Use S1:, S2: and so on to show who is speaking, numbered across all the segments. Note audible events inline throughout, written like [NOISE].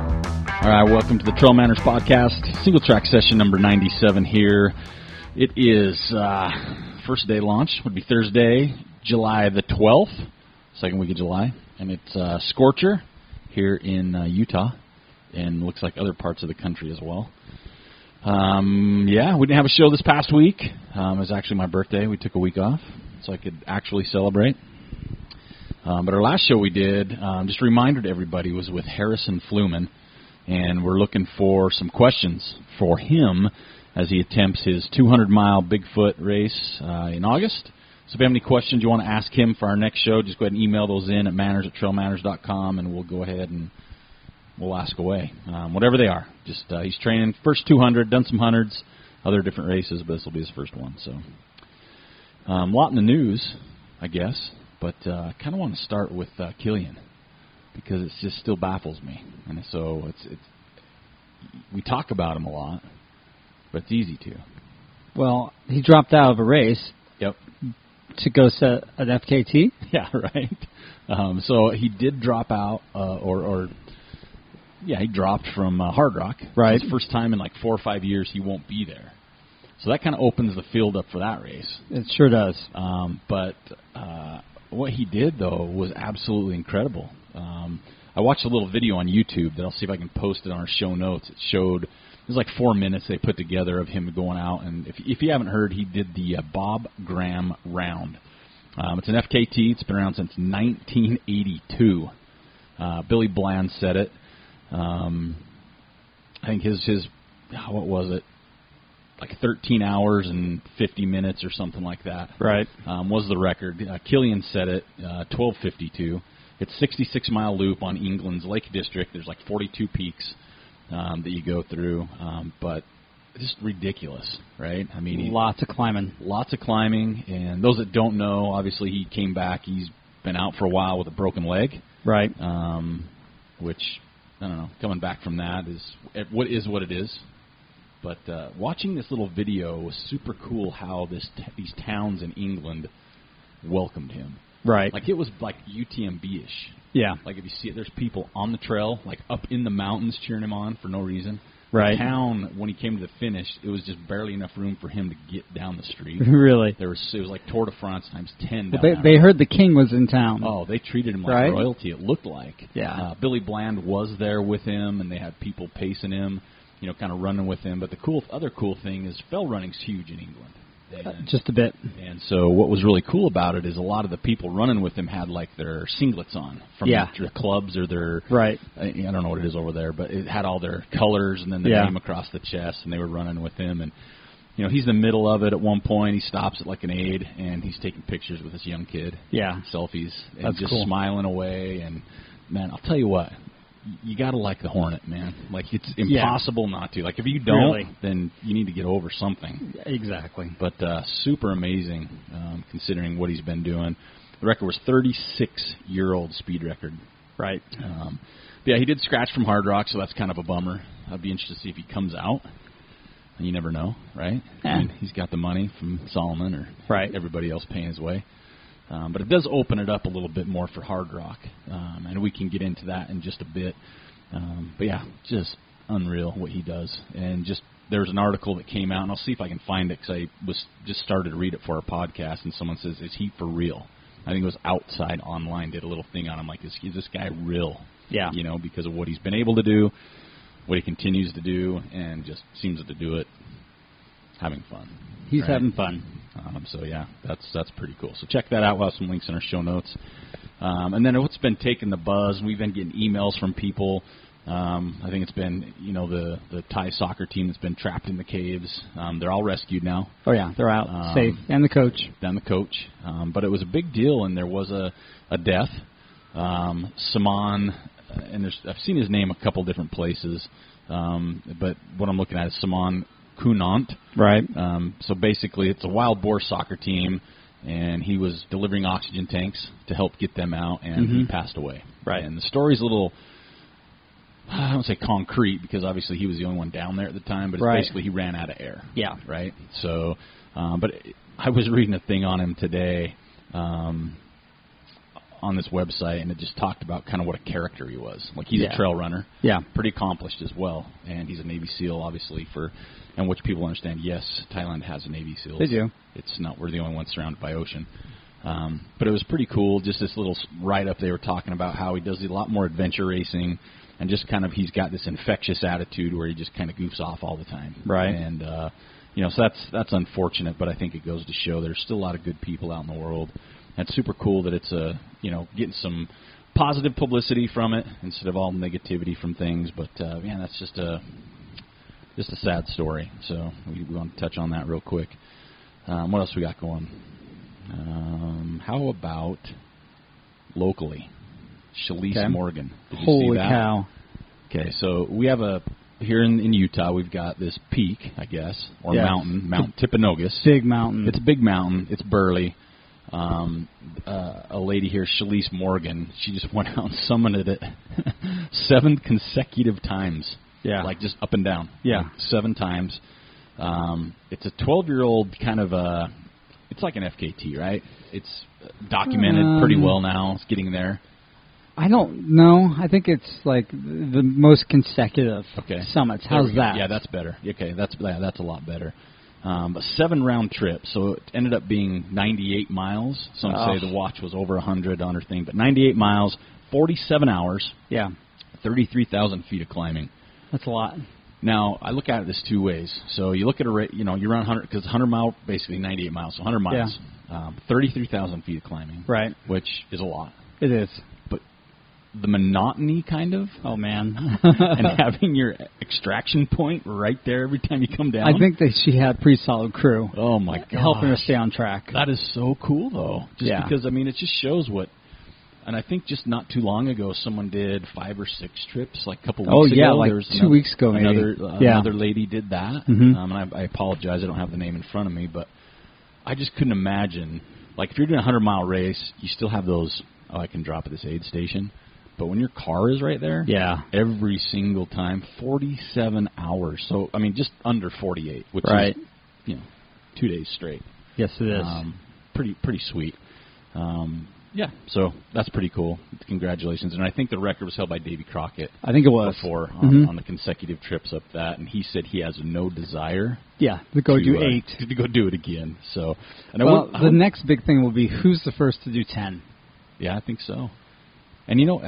S1: All right, welcome to the Trail Manners Podcast, single track session number 97 here. It is uh, first day launch, would be Thursday, July the 12th, second week of July, and it's uh, Scorcher here in uh, Utah, and looks like other parts of the country as well. Um, yeah, we didn't have a show this past week. Um, it was actually my birthday. We took a week off so I could actually celebrate. Um, but our last show we did, um, just a reminder to everybody, was with Harrison Fluman, and we're looking for some questions for him as he attempts his 200 mile Bigfoot race uh, in August. So if you have any questions you want to ask him for our next show, just go ahead and email those in at manners at trailmanners.com, and we'll go ahead and we'll ask away, um, whatever they are. Just uh, he's training first 200, done some hundreds, other different races, but this will be his first one. So um, a lot in the news, I guess, but uh, I kind of want to start with uh, Killian because it just still baffles me, and so it's, it's we talk about him a lot, but it's easy to.
S2: Well, he dropped out of a race
S1: Yep.
S2: to go set an FKT.
S1: [LAUGHS] Yeah, right. Um, so he did drop out, uh, or, or yeah, he dropped from uh, Hard Rock.
S2: Right.
S1: It's the first time in like four or five years he won't be there. So that kind of opens the field up for that race.
S2: It sure does.
S1: Um, but uh, what he did though was absolutely incredible. Um, I watched a little video on YouTube that I'll see if I can post it on our show notes. It showed it was like four minutes they put together of him going out, and if if you haven't heard, he did the uh, Bob Graham Round. Um, it's an FKT. It's been around since 1982. Uh, Billy Bland said it. Um, I think his his ah, what was it? Like 13 hours and 50 minutes or something like that
S2: Right.
S1: um, was the record. Uh, Killian set it, uh, 12:52. It's 66 mile loop on England's Lake District. There's like 42 peaks um, that you go through, um, but just ridiculous, right? I mean, he-
S2: Lots of climbing.
S1: lots of climbing, and those that don't know, obviously he came back. He's been out for a while with a broken leg,
S2: Right.
S1: um, which I don't know. Coming back from that is it- what is what it is. But uh, watching this little video was super cool. How this t- these towns in England welcomed him.
S2: Right.
S1: Like it was like UTMB ish.
S2: yeah. [LAUGHS]
S1: Like if you see it, there's people on the trail, like up in the mountains cheering him on for no reason.
S2: Right.
S1: The town when he came to the finish, it was just barely enough room for him to get down the
S2: [LAUGHS]
S1: street.
S2: really.
S1: There was it was like Tour de France times ten. Down
S2: Well, they,
S1: that
S2: they heard the king was in town.
S1: Oh, they treated him like
S2: Mm-hmm. Right?
S1: royalty. It looked like.
S2: Yeah.
S1: Uh, Billy Bland was there with him, and they had people pacing him, you know, kind of running with him. But the cool, other cool thing is fell running's huge in England.
S2: Uh,
S1: And,
S2: Just a bit.
S1: and so, what was really cool about it is a lot of the people running with him had like their singlets on from
S2: Yeah.
S1: their clubs or their
S2: Right.
S1: I I don't know what it is over there, but it had all their colors and then their
S2: Yeah.
S1: name across the chest, and they were running with him. And you know, he's in the middle of it at one point. He stops at like an aid, and he's taking pictures with this young kid,
S2: Yeah.
S1: selfies, and
S2: That's
S1: just
S2: cool.
S1: smiling away. And man, I'll tell you what, you gotta like the Hornet, man. Like it's
S2: Yeah.
S1: impossible not to. Like if you don't,
S2: Really.
S1: then you need to get over something
S2: Exactly.
S1: but uh, super amazing um, considering what he's been doing. The record was 36 year old speed record.
S2: Right.
S1: Um, but yeah, he did scratch from Hard Rock, so that's kind of a bummer. I'd be interested to see if he comes out. You never know, right?
S2: Yeah.
S1: And he's got the money from Solomon or
S2: Right.
S1: everybody else paying his way. Um, but it does open it up a little bit more for Hard Rock, um, and we can get into that in just a bit. Um, but yeah, just unreal what he does, and just there's an article that came out, and I'll see if I can find it because I was just started to read it for our podcast, and someone says, "Is he for real?" I think it was Outside Online did a little thing on him, like, "Is, is this guy real?"
S2: Yeah.
S1: you know, because of what he's been able to do, what he continues to do, and just seems to do it having fun.
S2: He's
S1: Right.
S2: having fun.
S1: Um, so yeah, that's that's pretty cool. So check that out. We'll have some links in our show notes. Um, and then what's been taking the buzz? We've been getting emails from people. Um, I think it's been you know the the Thai soccer team that's been trapped in the caves. Um, they're all rescued now
S2: Oh yeah, they're out
S1: Um,
S2: safe, and the coach.
S1: than the coach. Um, but it was a big deal, and there was a, a death. Um, Saman, uh, and there's, I've seen his name a couple different places, um, but what I'm looking at is Saman Kunant.
S2: Right.
S1: Um, so basically, it's a wild boar soccer team, and he was delivering oxygen tanks to help get them out, and he
S2: Mhm.
S1: passed away.
S2: Right.
S1: And the story's a little. I don't say concrete because obviously he was the only one down there at the time, but it's
S2: Right.
S1: basically he ran out of air
S2: Yeah.
S1: right? So, um, but I was reading a thing on him today um, on this website, and it just talked about kind of what a character he was. Like he's
S2: Yeah.
S1: a trail runner,
S2: Yeah.
S1: pretty accomplished as well, and he's a Navy SEAL, obviously. For and which people understand, yes, Thailand has a Navy SEAL.
S2: They do.
S1: It's not we're the only ones surrounded by ocean. Um, but it was pretty cool. Just this little write up they were talking about how he does a lot more adventure racing, and just kind of he's got this infectious attitude where he just kind of goofs off all the time.
S2: Right.
S1: And uh, you know, so that's that's unfortunate, but I think it goes to show there's still a lot of good people out in the world. That's super cool that it's uh you know getting some positive publicity from it instead of all negativity from things. But uh, man, that's just a just a sad story. So we, we want to touch on that real quick. Um, what else we got going? Um, how about locally? Shalice
S2: Okay.
S1: Morgan. Did you see
S2: Holy
S1: that?
S2: cow.
S1: Okay, so we have a here in, in Utah. We've got this peak, I guess, or
S2: Yes.
S1: mountain, Mount Tippinogus.
S2: Big mountain.
S1: It's a big mountain. It's burly. Um, uh, a lady here, Shalice Morgan, she just [LAUGHS] went out and summited it [LAUGHS] seven consecutive times.
S2: Yeah.
S1: like just up and down.
S2: Yeah.
S1: Like seven times. Um, it's a 12-year-old kind of a. It's like an FKT, right? It's uh, documented pretty
S2: Um,
S1: well now. It's getting there.
S2: I don't know. I think it's like the most consecutive
S1: Okay.
S2: summits.
S1: There
S2: How's
S1: we go.
S2: that?
S1: Yeah, that's better. Okay, that's yeah, that's a lot better. Um, a seven round trip, so it ended up being 98 miles. Some
S2: Oh.
S1: say the watch was over 100 on her thing, but 98 miles, 47 hours,
S2: yeah.
S1: 33,000 feet of climbing.
S2: That's a lot.
S1: Now I look at it this two ways. So you look at a rate, you know, you run 100 because 100 mile basically 98 miles, so 100 miles, um, 33,000 feet of climbing,
S2: Right.
S1: which is a lot.
S2: It is.
S1: But the monotony kind of
S2: Oh [LAUGHS] man.
S1: [LAUGHS] and having your extraction point right there every time you come down.
S2: I think that she had pretty solid crew
S1: Oh my god,
S2: helping her stay on track.
S1: That is so cool though. Just
S2: Yeah.
S1: because I mean, it just shows what. And I think just not too long ago, someone did five or six trips, like a couple weeks
S2: Oh,
S1: ago.
S2: yeah, like
S1: There was
S2: two
S1: another,
S2: weeks ago, maybe.
S1: Another uh,
S2: Yeah.
S1: another lady did that,
S2: Mhm.
S1: um, and I, I apologize, I don't have the name in front of me, but I just couldn't imagine. Like if you're doing a hundred mile race, you still have those. Oh, I can drop at this aid station, but when your car is right there,
S2: Yeah.
S1: every single time, 47 hours. So I mean, just under 48, which
S2: Right.
S1: is you know two days straight.
S2: Yes, it is.
S1: Um, pretty pretty sweet. Um, yeah, so that's pretty cool. Congratulations, and I think the record was held by Davy Crockett
S2: I think it was.
S1: before on,
S2: Mhm.
S1: on the consecutive trips up that, and he said he has no desire
S2: Yeah, to go
S1: to,
S2: do
S1: uh,
S2: eight.
S1: [LAUGHS] to go do it again. So, and I
S2: well,
S1: wouldn't- I
S2: the
S1: wouldn't-
S2: next big thing will be who's the first to do ten.
S1: Yeah, I think so. And you know,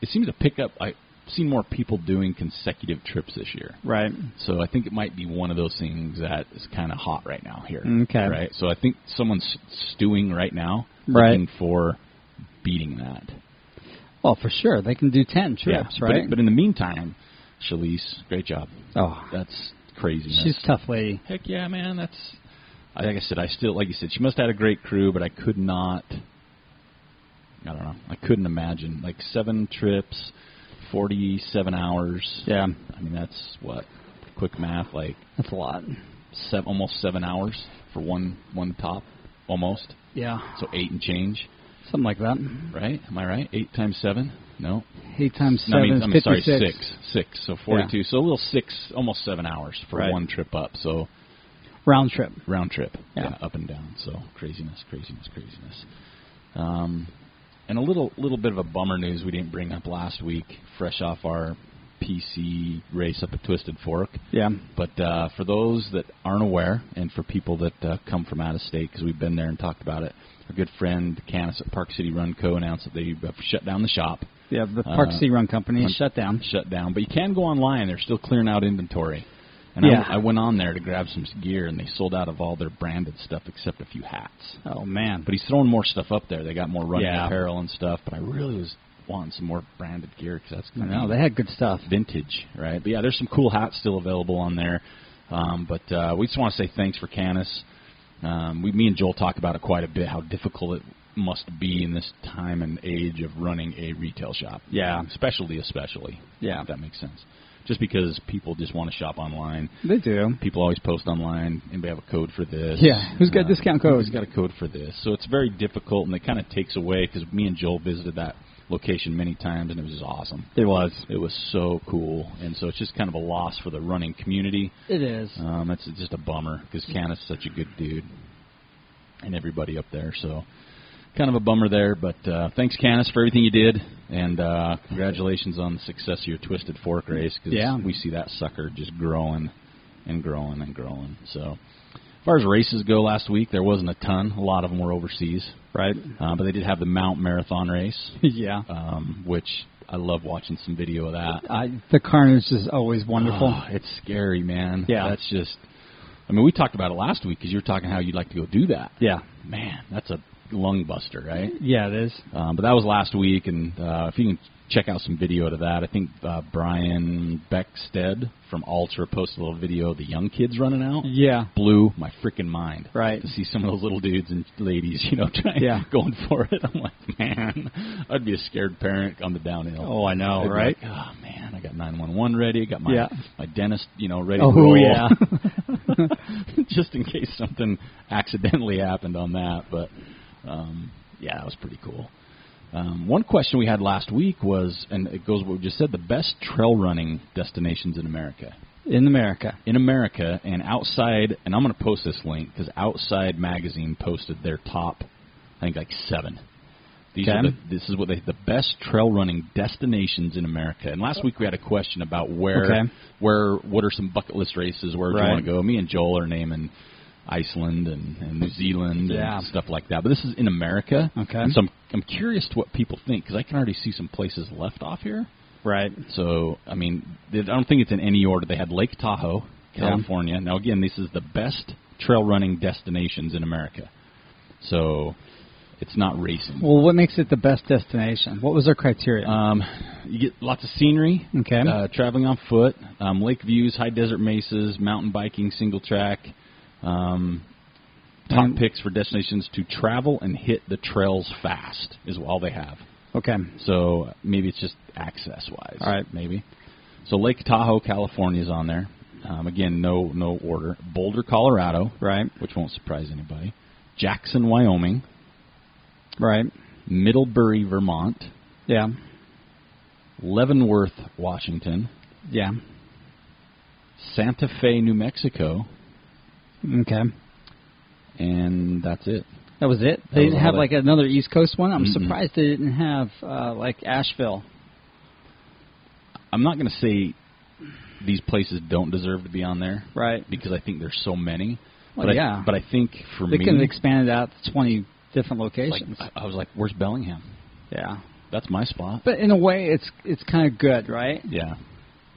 S1: it seems to pick up. I've seen more people doing consecutive trips this year.
S2: Right.
S1: So I think it might be one of those things that is kind of hot right now here.
S2: Okay.
S1: Right. So I think someone's stewing right now,
S2: Right.
S1: looking for beating that.
S2: Well, for sure they can do ten trips,
S1: But-
S2: right?
S1: But, in the meantime, Shalise, great job.
S2: oh,
S1: That's crazy.
S2: she's a tough lady.
S1: heck yeah, man. That's I- like I said. I still like you said. She must have had a great crew, but I could not. I don't know. I couldn't imagine like seven trips, forty-seven hours.
S2: Yeah,
S1: I mean, that's what quick math like
S2: that's a lot.
S1: seven, almost seven hours for one one top, almost.
S2: Yeah,
S1: So eight and change,
S2: something like that.
S1: right? Am I right? Eight times seven? No,
S2: Eight times
S1: no I
S2: seven
S1: mean,
S2: is
S1: I mean sorry,
S2: fifty-six.
S1: six, six. So forty-two. So a little six, almost seven hours for
S2: Right.
S1: one trip up. So
S2: Round trip.
S1: round trip,
S2: Yeah.
S1: up and down. So craziness, craziness, craziness. Um, and a little little bit of a bummer news we didn't bring up last week, fresh off our PC race up at Twisted Fork.
S2: Yeah.
S1: But uh, for those that aren't aware, and for people that uh, come from out of state, because we've been there and talked about it, our good friend Candace at Park City Run Co. announced that they have shut down the shop,
S2: Yeah, the Park
S1: Uh,
S2: City Run Company is shut down.
S1: shut down. But you can go online; they're still clearing out inventory. And
S2: Yeah.
S1: I, I went on there to grab some gear, and they sold out of all their branded stuff except a few hats.
S2: Oh man.
S1: But he's throwing more stuff up there. They got more running
S2: Yeah.
S1: apparel and stuff. But I really was wanting some more branded gear because that's kind
S2: no, they had good stuff.
S1: vintage, right? But yeah, there's some cool hats still available on there. Um, but uh, we just want to say thanks for Canis. Um, we, me and Joel talk about it quite a bit. How difficult it must be in this time and age of running a retail shop.
S2: Yeah.
S1: especially especially.
S2: Yeah.
S1: if that makes sense. Just because people just want to shop online.
S2: They do.
S1: People always post online. Anybody have a code for this?
S2: Yeah, who's got
S1: Uh,
S2: discount code?
S1: Who's got a code for this? So it's very difficult, and it kind of takes away because me and Joel visited that location many times, and it was just awesome.
S2: It was.
S1: It was so cool, and so it's just kind of a loss for the running community.
S2: It is.
S1: Um, it's just a bummer because Ken is such a good dude, and everybody up there. So, kind of a bummer there, but uh, thanks, Canis, for everything you did, and uh, congratulations on the success of your Twisted Fork race. Cause
S2: Yeah.
S1: we see that sucker just growing and growing and growing. So, as far as races go, last week there wasn't a ton. A lot of them were overseas,
S2: Right.
S1: uh, but they did have the Mount Marathon race,
S2: [LAUGHS] yeah. Uh,
S1: um, which I love watching some video of that.
S2: I, the carnage is always wonderful.
S1: Oh, it's scary, man.
S2: Yeah.
S1: that's just. I mean, we talked about it last week because you were talking how you'd like to go do that.
S2: yeah.
S1: Man, that's a lung buster, right?
S2: Yeah, it is.
S1: Um, but that was last week, and uh, if you can check out some video to that, I think uh, Brian Beckstead from Ultra posted a little video of the young kids running out.
S2: Yeah.
S1: Blew my freaking mind.
S2: Right.
S1: To see some of those little dudes and ladies, you know, [LAUGHS] trying
S2: Yeah.
S1: going for it. I'm like, man, I'd be a scared parent on the downhill.
S2: Oh, I know,
S1: I'd be
S2: right?
S1: Like, oh man, I got 911 ready. Got my
S2: Yeah.
S1: my dentist, you know, ready.
S2: Oh,
S1: to roll.
S2: yeah.
S1: [LAUGHS] just in case something accidentally happened on that. But um, yeah, that was pretty cool. Um, one question we had last week was, and it goes with what we just said: the best trail running destinations in America,
S2: In America.
S1: in America, and outside. And I'm going to post this link because Outside Magazine posted their top, I think like seven. These are
S2: Okay.
S1: the, this is what they the best trail running destinations in America. And last week we had a question about where
S2: Oh. Okay.
S1: where what are some bucket list races where do you
S2: Right.
S1: want to go? Me and Joel are naming Iceland and, and New Zealand
S2: Yeah.
S1: and stuff like that. But this is in America,
S2: Okay.
S1: And so I'm, I'm curious to what people think because I can already see some places left off here.
S2: Right.
S1: So I mean, I don't think it's in any order. They had Lake Tahoe, California. Now again, this is the best trail running destinations in America. So it's not racing.
S2: Well, what makes it the best destination? What was their criteria?
S1: Um, you get lots of scenery.
S2: Okay.
S1: Uh, traveling on foot, um, lake views, high desert mesas, mountain biking, single track. Um, top
S2: And-
S1: picks for destinations to travel and hit the trails fast is all they have.
S2: okay.
S1: So maybe it's just access wise.
S2: All right.
S1: Maybe. So Lake Tahoe, California is on there. Um, again, no no order. Boulder, Colorado,
S2: Right.
S1: which won't surprise anybody. Jackson, Wyoming.
S2: Right.
S1: Middlebury, Vermont.
S2: Yeah.
S1: Leavenworth, Washington.
S2: Yeah.
S1: Santa Fe, New Mexico,
S2: Okay.
S1: and that's it.
S2: That was it. They
S1: was
S2: didn't have
S1: all
S2: like another East Coast one. I'm
S1: Mm-mm.
S2: surprised they didn't have uh, like Asheville.
S1: I'm not going to say these places don't deserve to be on there
S2: Right.
S1: because I think there's so many.
S2: Well,
S1: but
S2: yeah.
S1: I, but I think for
S2: They
S1: me,
S2: could have expanded out to 20 different
S1: like,
S2: locations.
S1: I, I was like, "Where's Bellingham?
S2: yeah.
S1: That's my spot."
S2: But in a way, it's it's kind of good, right?
S1: yeah.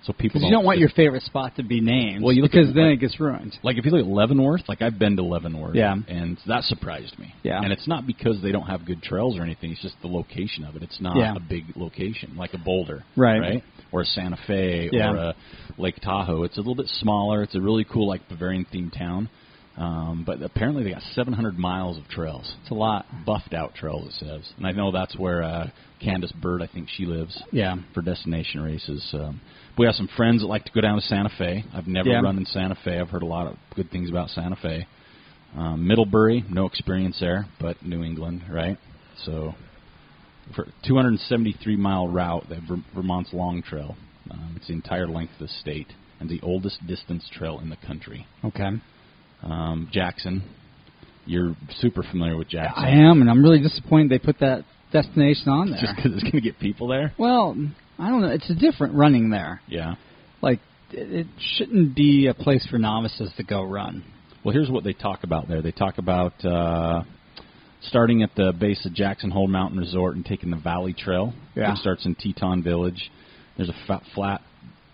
S1: So people
S2: Because you don't want
S1: just-
S2: your favorite spot to be named.
S1: Well, you look
S2: because
S1: at-
S2: then it gets ruined.
S1: like if you look at Leavenworth, like I've been to Leavenworth,
S2: Yeah.
S1: and that surprised me.
S2: Yeah.
S1: and it's not because they don't have good trails or anything; it's just the location of it. It's not
S2: Yeah.
S1: a big location like a Boulder,
S2: Right.
S1: Right, or a Santa Fe
S2: Yeah.
S1: or a Lake Tahoe. It's a little bit smaller. It's a really cool like Bavarian themed town, um, but apparently they got 700 miles of trails,
S2: It's a lot.
S1: buffed out trails. It says, and I know that's where uh, Candace Bird, I think she lives
S2: Yeah.
S1: for destination races. Um, we have some friends that like to go down to Santa Fe. I've never
S2: Yeah.
S1: run in Santa Fe. I've heard a lot of good things about Santa Fe. Um, Middlebury, no experience there, but New England, right? So, for 273 mile route, that Ver- Vermont's Long Trail. Um, it's the entire length of the state and the oldest distance trail in the country.
S2: Okay.
S1: Um, Jackson, you're super familiar with Jackson.
S2: I am, and I'm really disappointed they put that destination on
S1: [LAUGHS]
S2: there.
S1: Just because it's going to get people there.
S2: well, I don't know. It's a different running there.
S1: Yeah.
S2: Like it, it shouldn't be a place for novices to go run.
S1: Well, here's what they talk about there. They talk about uh, starting at the base of Jackson Hole Mountain Resort and taking the Valley Trail,
S2: Yeah.
S1: which starts in Teton Village. There's a fat, flat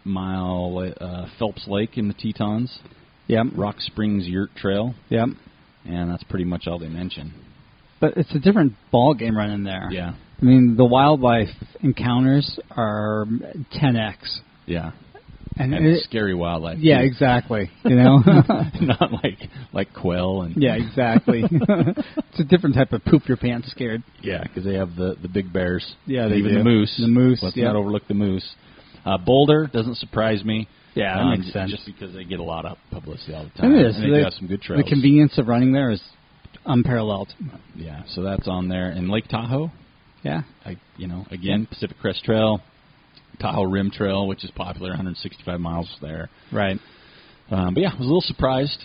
S1: mile uh, Phelps Lake in the Tetons,
S2: Yep.
S1: Rock Springs Yurt Trail,
S2: Yep.
S1: and that's pretty much all they mention.
S2: But it's a different ball game running there.
S1: Yeah,
S2: I mean, the wildlife encounters are 10x.
S1: yeah,
S2: And,
S1: and
S2: it,
S1: scary wildlife.
S2: yeah, [LAUGHS]
S1: too.
S2: exactly. You know.
S1: [LAUGHS] not like like quail and
S2: yeah, exactly.
S1: [LAUGHS]
S2: it's a different type of poop your pants scared.
S1: Yeah, because they have the the big bears.
S2: Yeah,
S1: And
S2: they
S1: even
S2: do.
S1: the moose.
S2: The moose,
S1: Let's
S2: yeah.
S1: not overlook the moose. Uh, Boulder doesn't surprise me.
S2: Yeah, that
S1: um,
S2: makes sense.
S1: Just uh, because they get a lot of publicity all the time.
S2: It is.
S1: And they do
S2: the,
S1: have some good trails.
S2: the convenience of running there is unparalleled.
S1: yeah, so that's on there. And Lake Tahoe,
S2: Yeah.
S1: I, you know, again Pacific Crest Trail, Tahoe Rim Trail, which is popular, 165 miles there.
S2: Right.
S1: Um, but yeah, I was a little surprised.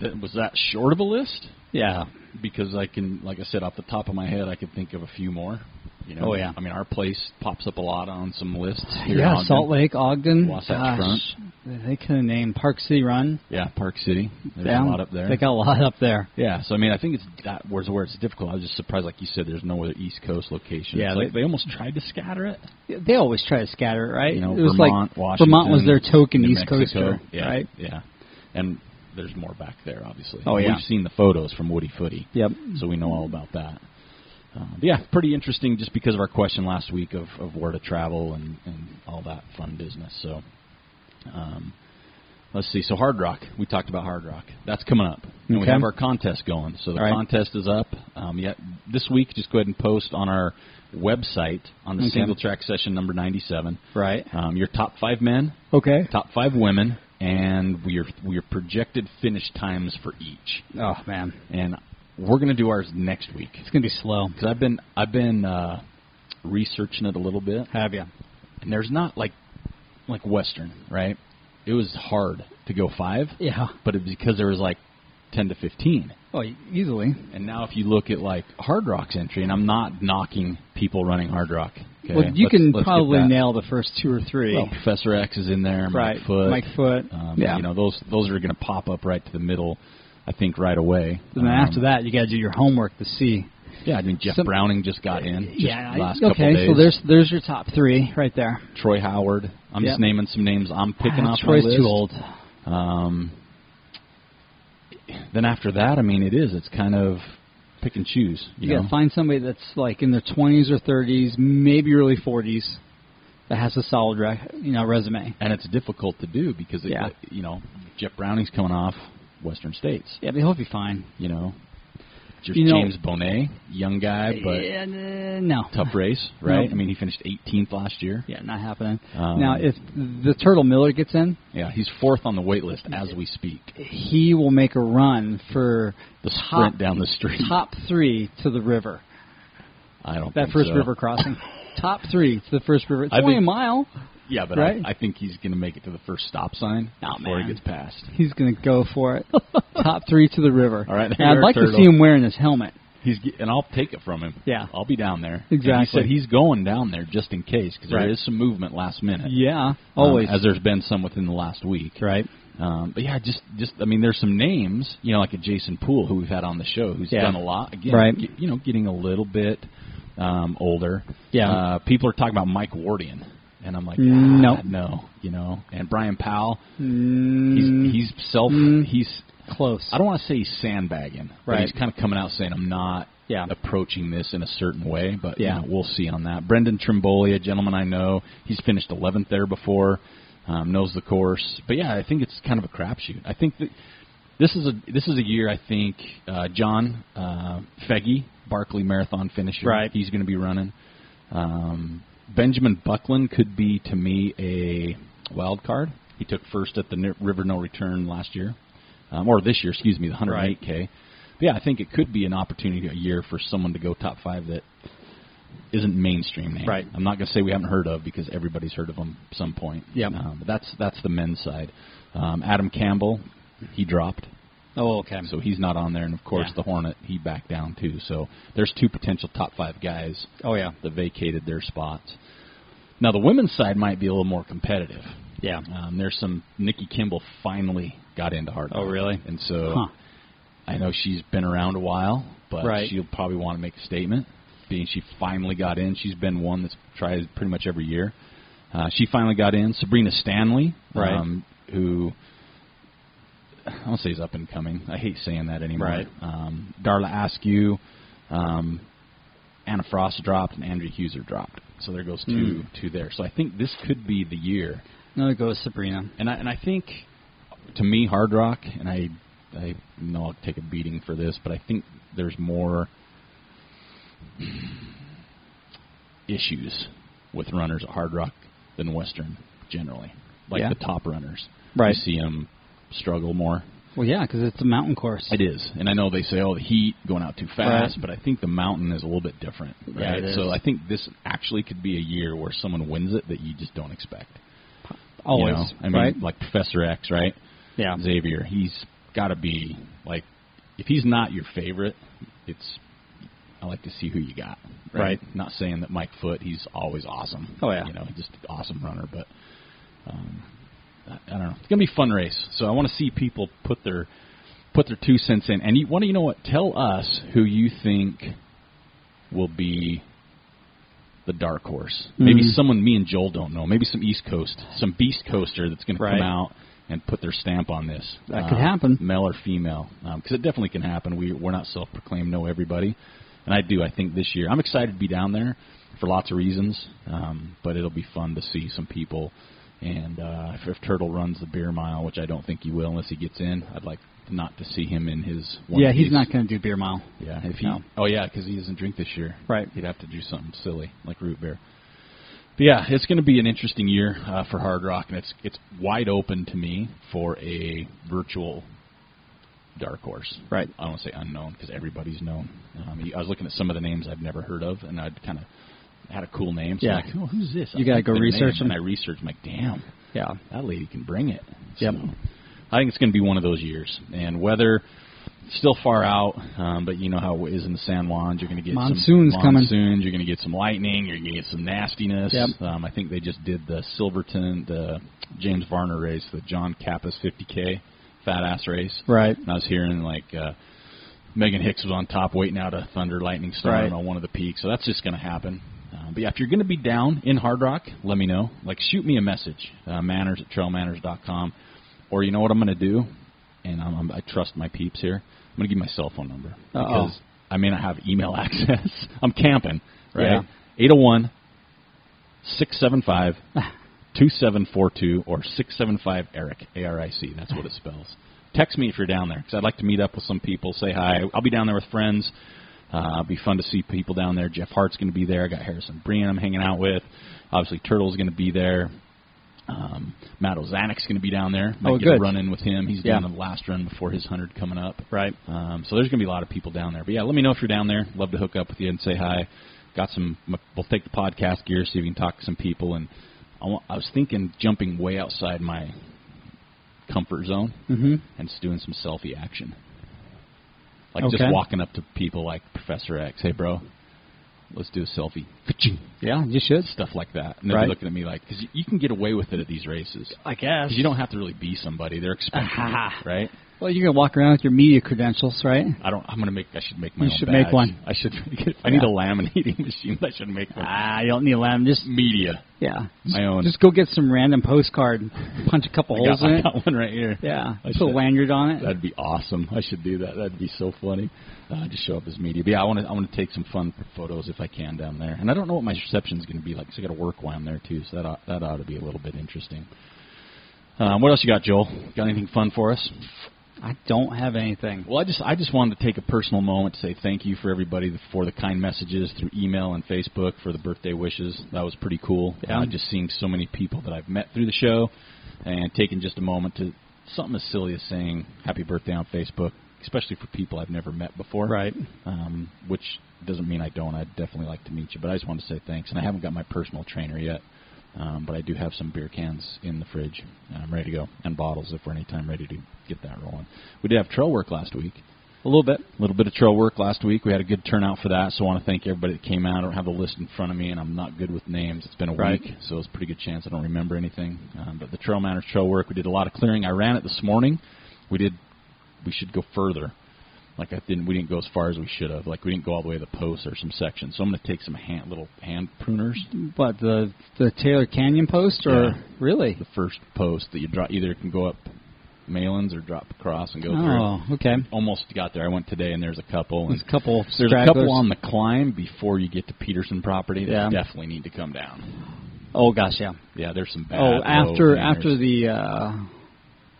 S1: That, was that short of a list?
S2: Yeah.
S1: because I can, like I said, off the top of my head, I could think of a few more. You know,
S2: Oh, yeah.
S1: I mean, our place pops up a lot on some lists. Here in
S2: Yeah,
S1: Ogden.
S2: Salt Lake, Ogden,
S1: Wasatch
S2: Gosh, They could have named Park City Run.
S1: Yeah, Park City. There's
S2: Yeah,
S1: a lot up there.
S2: They got a lot up there.
S1: Yeah, so I mean, I think it's that where's where it's difficult. I was just surprised, like you said, there's no other East Coast location.
S2: Yeah,
S1: It's like
S2: they-
S1: they almost tried to scatter it.
S2: They always try to scatter it, right?
S1: You know,
S2: it was
S1: Vermont,
S2: like
S1: Washington,
S2: Vermont was their token
S1: New
S2: East
S1: Mexico.
S2: Coaster,
S1: yeah,
S2: right?
S1: Yeah, and there's more back there, obviously.
S2: Oh, yeah.
S1: we've seen the photos from Woody Footy,
S2: Yep.
S1: so we know all about that. Um, but yeah, pretty interesting, just because of our question last week of, of where to travel and and all that fun business. So, um, let's see. So Hard Rock, we talked about Hard Rock. That's coming up, and we
S2: Okay.
S1: have our contest going. So the
S2: All right.
S1: contest is up. Um, yet this week, just go ahead and post on our website on the
S2: Okay.
S1: single track session number ninety seven.
S2: Right.
S1: Um, your top five men,
S2: Okay.
S1: top five women, and we are we are projected finish times for each.
S2: Oh man,
S1: And we're gonna do ours next week
S2: it's gonna be slow.
S1: because I've been I've been uh, researching it a little bit,
S2: Have you?
S1: and there's not like like Western, right? It was hard to go five,
S2: Yeah.
S1: but it, because there was like ten to fifteen.
S2: Oh, easily.
S1: And now, if you look at like Hard Rock's entry, and I'm not knocking people running Hard Rock. Okay?
S2: Well, you
S1: Let's-
S2: can
S1: let's get
S2: probably
S1: that.
S2: nail the first two or three.
S1: Well, Professor X is in there.
S2: right.
S1: Mike Foot.
S2: Mike Foot.
S1: Um,
S2: yeah.
S1: You know, those those are going to pop up right to the middle, I think, right away.
S2: and then
S1: Um,
S2: after that, you got to do your homework to see.
S1: yeah, I mean, Jeff
S2: some-
S1: Browning just got in. Just
S2: yeah. I-
S1: last couple
S2: okay.
S1: days.
S2: So there's there's your top three right there.
S1: Troy Howard. I'm
S2: Yep.
S1: just naming some names. I'm picking
S2: Ah,
S1: off
S2: Troy's
S1: my list.
S2: too old.
S1: Um, then after that, I mean, it is. It's kind of pick and choose. You,
S2: You
S1: know?
S2: got to find somebody that's like in their 20s or 30s, maybe early 40s, that has a solid rec- you know resume.
S1: and it's difficult to do because it,
S2: Yeah.
S1: you know Jeff Browning's coming off Western States.
S2: Yeah, but he'll be fine.
S1: You know, just
S2: You know-
S1: James Bonet, young guy, but
S2: yeah, n- no.
S1: tough race, right?
S2: No.
S1: I mean, he finished 18th last year.
S2: Yeah, not happening.
S1: Um,
S2: now, if the Turtle Miller gets in,
S1: Yeah, he's fourth on the wait list as we speak.
S2: he will make a run for
S1: The
S2: top,
S1: sprint down the street.
S2: top three to the river.
S1: I don't
S2: That
S1: think
S2: first
S1: so. [LAUGHS]
S2: river crossing. top three to the first river. It's
S1: I
S2: only
S1: think-
S2: a mile.
S1: Yeah, but
S2: right?
S1: I, I think he's going to make it to the first stop sign
S2: Nah,
S1: before
S2: man.
S1: he gets past.
S2: He's going to go
S1: [LAUGHS]
S2: for it. top three to the river.
S1: All right, there you
S2: And I'd
S1: are,
S2: like to
S1: Turtle.
S2: see him wearing his helmet.
S1: He's ge- and I'll take it from him.
S2: Yeah.
S1: I'll be down there. And he
S2: Exactly.
S1: said he's going down there just in case because
S2: Right.
S1: there is some movement last minute.
S2: Yeah,
S1: um,
S2: always.
S1: as [LAUGHS] there's been some within the last week.
S2: right.
S1: Um, but yeah, just just I mean, there's some names, you know, like a Jason Poole who we've had on the show, who's
S2: Yeah.
S1: done a lot. Again,
S2: Right.
S1: ge- you know, getting a little bit um, older.
S2: Yeah. Mm,
S1: Uh, people are talking about Mike Wardian, and I'm like, ah,
S2: No.
S1: no, you know. And Brian Powell, he's
S2: Mm,
S1: he's self,
S2: Mm.
S1: he's
S2: close.
S1: I don't want to say he's sandbagging, but
S2: Right.
S1: he's kind of coming out saying I'm not
S2: Yeah.
S1: approaching this in a certain way. But
S2: Yeah.
S1: you know, we'll see on that. Brendan Trimboli, a gentleman I know, he's finished 11th there before, um, knows the course. But yeah, I think it's kind of a crapshoot. I think that this is a this is a year I think uh, John uh, Feggy, Barkley Marathon finisher,
S2: Right.
S1: he's going to be running. Um, Benjamin Buckland could be to me a wild card. He took first at the N- River No Return last year, um, or this year, excuse me, the 108K. But yeah, I think it could be an opportunity a year for someone to go top five that isn't mainstream name.
S2: Right.
S1: I'm not going to say we haven't heard of because everybody's heard of them at some point.
S2: Yep.
S1: Um, but that's that's the men's side. Um, Adam Campbell, he dropped.
S2: oh, okay.
S1: So he's not on there, and of course
S2: Yeah.
S1: the Hornet he backed down too. So there's two potential top five guys
S2: oh yeah,
S1: that vacated their spots. Now the women's side might be a little more competitive.
S2: yeah.
S1: Um, there's some Nikki Kimball finally got into hard.
S2: Oh,
S1: rock.
S2: really?
S1: And so
S2: Huh.
S1: I know she's been around a while, but
S2: Right.
S1: she'll probably want to make a statement. Being she finally got in, she's been one that's tried pretty much every year. Uh, she finally got in. Sabrina Stanley,
S2: Right.
S1: um, who I don't say is up and coming. I hate saying that anymore.
S2: Right.
S1: Um, Darla Askew, um, Anna Frost dropped, and Andrea Hughes are dropped. So there goes two
S2: Hmm.
S1: two there. So I think this could be the year
S2: No, it goes Sabrina.
S1: and I and I think to me hard rock and I I know I'll take a beating for this, but I think there's more issues with runners at hard rock than western generally. Like
S2: Yeah.
S1: the top runners.
S2: Right.
S1: You see them struggle more.
S2: Well, yeah, because it's a mountain course.
S1: It is, and I know they say, "Oh, the heat going out too fast,"
S2: Right.
S1: but I think the mountain is a little bit different,
S2: Yeah,
S1: right?
S2: it is.
S1: so I think this actually could be a year where someone wins it that you just don't expect. you
S2: Always,
S1: know? I mean,
S2: right?
S1: like Professor X, right?
S2: yeah.
S1: Xavier, he's got to be like if he's not your favorite, it's I like to see who you got. Right. Not saying that Mike Foot, he's always awesome.
S2: Oh, yeah.
S1: You know, he's just an awesome runner, but um, I, I don't know. It's gonna be a fun race. So I want to see people put their put their two cents in. And you want to you know what? Tell us who you think will be the dark horse. Maybe
S2: Mhm.
S1: someone me and Joel don't know. Maybe some East Coast, some Beast Coaster that's going to
S2: Right.
S1: come out and put their stamp on this. Uh,
S2: That could happen.
S1: male or female, because it definitely can happen. We we're not self-proclaimed know everybody, and I do. I think this year I'm excited to be down there for lots of reasons, um, but it'll be fun to see some people. And uh, if, if Turtle runs the beer mile, which I don't think he will unless he gets in, I'd like not to see him in his. One
S2: yeah, he's
S1: piece.
S2: not going to do beer mile.
S1: Yeah, if he.
S2: No.
S1: Oh yeah, because he doesn't drink this year.
S2: Right.
S1: He'd have to do something silly like root beer. But yeah, it's going to be an interesting year uh, for Hard Rock, and it's it's wide open to me for a virtual dark horse.
S2: Right.
S1: I don't want to say unknown because everybody's known. Um, I was looking at some of the names I've never heard of, and I'd kind of had a cool name. So
S2: Yeah.
S1: I'm like, oh, who's this?
S2: You gotta
S1: like
S2: go
S1: their
S2: research
S1: name,
S2: them.
S1: And I researched. I'm like, damn,
S2: Yeah.
S1: that lady can bring it.
S2: Yep.
S1: So, I think it's going to be one of those years. And weather, still far out, um, but you know how it is in the San Juans. You're going to get
S2: Monsoon's
S1: some,
S2: coming.
S1: Monsoons. You're going to get some lightning. You're going to get some nastiness.
S2: Yep.
S1: Um, I think they just did the Silverton, the James Varner race, the John Kappas 50K fat ass race.
S2: Right.
S1: And I was hearing like uh, Megan Hicks was on top waiting out a thunder lightning storm
S2: Right.
S1: on one of the peaks, so that's just going to happen. Uh, but yeah, if you're going to be down in Hard Rock, let me know. Like, shoot me a message, uh, manners at trailmanners.com, or you know what I'm going to do, and I'm, I'm, I trust my peeps here. I'm going to give my cell phone number
S2: Uh-oh.
S1: because I may not have email [LAUGHS] access. I'm camping,
S2: Yeah.
S1: right? Eight zero one six seven five. 2742 or 675 Eric, A R I C. That's what it spells. Text me if you're down there because I'd like to meet up with some people, say hi. I'll be down there with friends. Uh, it'll be fun to see people down there. Jeff Hart's going to be there. I got Harrison Breen I'm hanging out with. Obviously, Turtle's going to be there. Um, Matt Ozanek's going to be down there. Might
S2: Oh,
S1: get a
S2: good.
S1: run in with him. He's
S2: Yeah.
S1: doing the last run before his 100 coming up.
S2: Right.
S1: Um, so there's going to be a lot of people down there. But yeah, let me know if you're down there. Love to hook up with you and say hi. Got some. We'll take the podcast gear, see if we can talk to some people. And I, wa- I was thinking jumping way outside my comfort zone
S2: Mm-hmm.
S1: and just doing some selfie action, like
S2: Okay.
S1: just walking up to people like Professor X. Hey, bro, let's do a selfie.
S2: Yeah, you should.
S1: Stuff like that. And they're
S2: Right.
S1: looking at me like, because you can get away with it at these races.
S2: I guess.
S1: Because you don't have to really be somebody.
S2: [LAUGHS]
S1: They're expecting,
S2: Aha.
S1: it, right?
S2: Well, you're going to walk around with your media credentials, right?
S1: I don't. I'm gonna make. I should make my
S2: You
S1: own.
S2: should
S1: badge.
S2: make one.
S1: I should. [LAUGHS] If I need a
S2: Yeah.
S1: laminating [LAUGHS] machine. I should make one.
S2: Ah, you don't need lamb. Just
S1: Media.
S2: yeah.
S1: My own.
S2: Just go get some random postcard, punch a
S1: [LAUGHS]
S2: couple
S1: I got,
S2: holes in
S1: I
S2: it.
S1: got one right here.
S2: Yeah.
S1: I
S2: Put a
S1: should.
S2: lanyard on it.
S1: That'd be awesome. I should do that. That'd be so funny. Uh, just show up as media. But yeah, I want to. I want to take some fun photos if I can down there. And I don't know what my reception's gonna be like. 'cause I got to work while I'm there too. So that ought, that ought to be a little bit interesting. Um, what else you got, Joel? Got anything fun for us?
S2: I don't have anything.
S1: Well, I just I just wanted to take a personal moment to say thank you for everybody for the kind messages through email and Facebook for the birthday wishes. That was pretty cool.
S2: Yeah.
S1: Uh, just seeing so many people that I've met through the show, and taking just a moment to something as silly as saying happy birthday on Facebook, especially for people I've never met before.
S2: Right.
S1: Um, which doesn't mean I don't. I'd definitely like to meet you, but I just wanted to say thanks. And I haven't got my personal trainer yet. Um, but I do have some beer cans in the fridge. and I'm ready to go, and bottles if we're anytime ready to get that rolling. We did have trail work last week.
S2: A little bit.
S1: A little bit of trail work last week. We had a good turnout for that, so I want to thank everybody that came out. I don't have the list in front of me, and I'm not good with names. It's been a
S2: Right.
S1: week, so it's a pretty good chance I don't remember anything. Um, but the trail manners trail work, we did a lot of clearing. I ran it this morning. We did. We should go further. Like I didn't. We didn't go as far as we should have. Like we didn't go all the way to the post or some sections. So I'm going to take some hand, little hand pruners.
S2: But the the Taylor Canyon post, or
S1: Yeah.
S2: really?
S1: The first post that you draw either can go up Malins or drop across and go through.
S2: Oh, okay.
S1: Almost got there. I went today, and there's a couple.
S2: [LAUGHS]
S1: And
S2: There's a couple.
S1: There's a
S2: stragglers.
S1: couple on the climb before you get to Peterson property that
S2: Yeah.
S1: definitely need to come down.
S2: Oh gosh, yeah.
S1: Yeah, there's some bad.
S2: Oh,
S1: low
S2: after
S1: hangers.
S2: after the uh,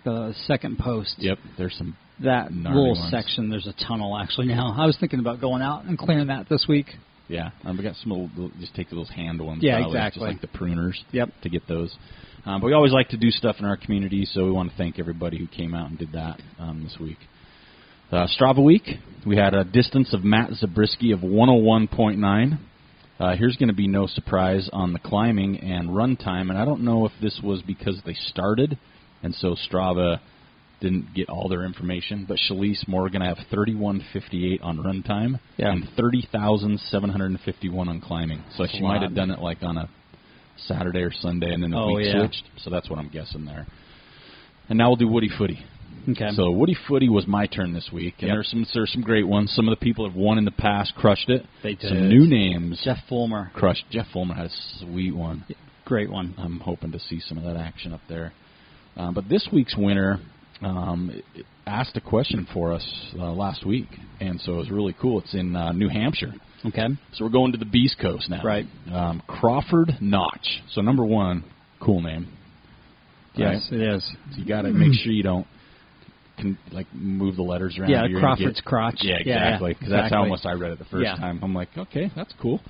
S2: the second post.
S1: Yep, there's some.
S2: That
S1: Gnarly
S2: little
S1: ones.
S2: section, there's a tunnel actually now. I was thinking about going out and clearing that this week.
S1: Yeah, um, we got some. Little, just take those hand ones.
S2: Yeah,
S1: probably,
S2: exactly.
S1: Just like the pruners.
S2: Yep.
S1: To get those, um, but we always like to do stuff in our community, so we want to thank everybody who came out and did that um, this week. Uh, Strava week, we had a distance of Matt Zabriskie of 101.9. Uh, here's going to be no surprise on the climbing and run time, and I don't know if this was because they started, and so Strava Didn't get all their information, but Shalice Morgan, I have 3158 on runtime
S2: Yeah.
S1: and 30,751 on climbing. So
S2: That's a
S1: she might
S2: lot.
S1: have done it like on a Saturday or Sunday, and then the
S2: Oh,
S1: week
S2: yeah.
S1: switched. So that's what I'm guessing there. And now we'll do Woody Footy.
S2: Okay.
S1: So Woody Footy was my turn this week, and
S2: Yep.
S1: there's some there's some great ones. Some of the people have won in the past crushed it.
S2: They did.
S1: Some new names
S2: Jeff Fulmer,
S1: crushed. Jeff Fulmer had a sweet one.
S2: great one.
S1: I'm hoping to see some of that action up there. Um, but this week's winner um, it- it asked a question for us uh, last week, and so it was really cool. It's in uh, New Hampshire,
S2: Okay.
S1: so we're going to the Beast Coast now.
S2: Right.
S1: Um, Crawford Notch. So number one, cool name.
S2: Yes, it is.
S1: Right? You got to make sure you don't con- like move the letters around.
S2: Yeah,
S1: You're gonna
S2: Crawford's
S1: get-
S2: crotch.
S1: yeah, exactly. Because that's how
S2: exactly.
S1: almost I read it the first
S2: Yeah.
S1: time. I'm like, okay, that's cool.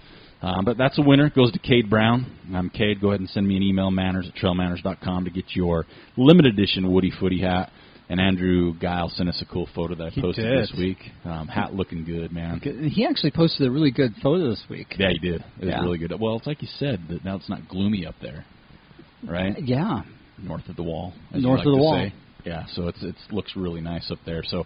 S1: Um, but that's a winner. It goes to Cade Brown. Um, Cade, go ahead and send me an email, manners at trailmanners.com, to get your limited edition Woody Footy hat. And Andrew Guile sent us a cool photo that I
S2: He
S1: posted
S2: did.
S1: this week. Um, hat looking good, man.
S2: Good- He actually posted a really good photo this week.
S1: Yeah, he did. It was
S2: Yeah.
S1: really good. Well, it's like you said, that now it's not gloomy up there, right?
S2: Yeah.
S1: north of the wall. as you
S2: North
S1: like
S2: of the
S1: to
S2: wall.
S1: say. Yeah, so it's it looks really nice up there. So,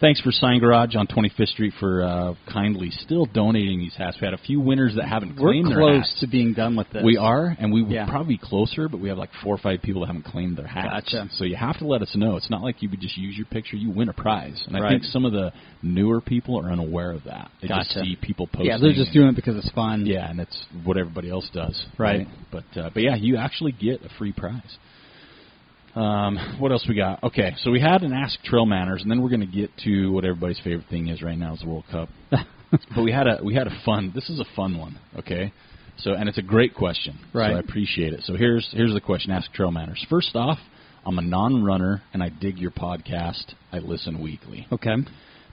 S1: thanks for Sign Garage on 25th Street for uh, kindly still donating these hats. We had a few winners that haven't
S2: We're
S1: claimed their
S2: close
S1: hats.
S2: to being done with this.
S1: We are, and we would
S2: Yeah.
S1: probably be closer, but we have like four or five people that haven't claimed their hats.
S2: Gotcha.
S1: So you have to let us know. It's not like you would just use your picture. You win a prize, and I
S2: Right.
S1: think some of the newer people are unaware of that. They
S2: Gotcha.
S1: just see people posting.
S2: Yeah, they're just
S1: and-
S2: doing it because it's fun.
S1: yeah, and it's what everybody else does.
S2: Right.
S1: But uh, but yeah, you actually get a free prize. Um, what else we got? Okay, so we had an Ask Trail Manners, and then we're going to get to what everybody's favorite thing is right now is the World
S2: [LAUGHS]
S1: Cup. but we had a we had a fun. This is a fun one. Okay. So and it's a great question.
S2: Right.
S1: So I appreciate it. So here's here's the question. Ask Trail Manners. First off, I'm a non-runner, and I dig your podcast. I listen weekly.
S2: Okay.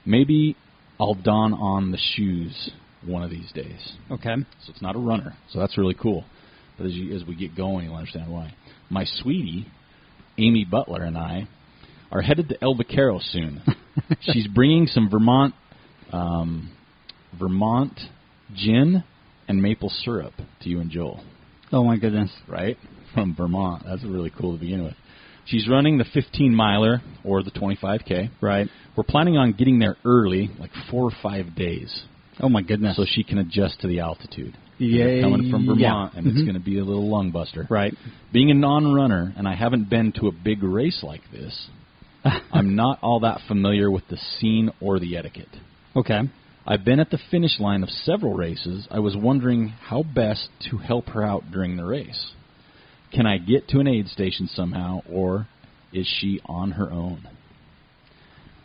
S1: Maybe I'll don on the shoes one of these days.
S2: Okay.
S1: So it's not a runner. So that's really cool. But as, you, as we get going, you'll understand why. My sweetie, Amy Butler, and I are headed to El Vaquero soon. She's bringing some Vermont, um, Vermont gin and maple syrup to you and Joel
S2: Oh my goodness.
S1: right? From Vermont. That's really cool to begin with. She's running the 15 miler or the 25K.
S2: Right.
S1: We're planning on getting there early, like four or five days,
S2: Oh my goodness.
S1: so she can adjust to the altitude.
S2: Yay.
S1: They're coming from Vermont,
S2: Yeah.
S1: and it's
S2: Mhm.
S1: going to be a little lung buster.
S2: Right.
S1: Being a non-runner, and I haven't been to a big race like
S2: [LAUGHS]
S1: this, I'm not all that familiar with the scene or the etiquette.
S2: Okay.
S1: I've been at the finish line of several races. I was wondering how best to help her out during the race. Can I get to an aid station somehow, or is she on her own?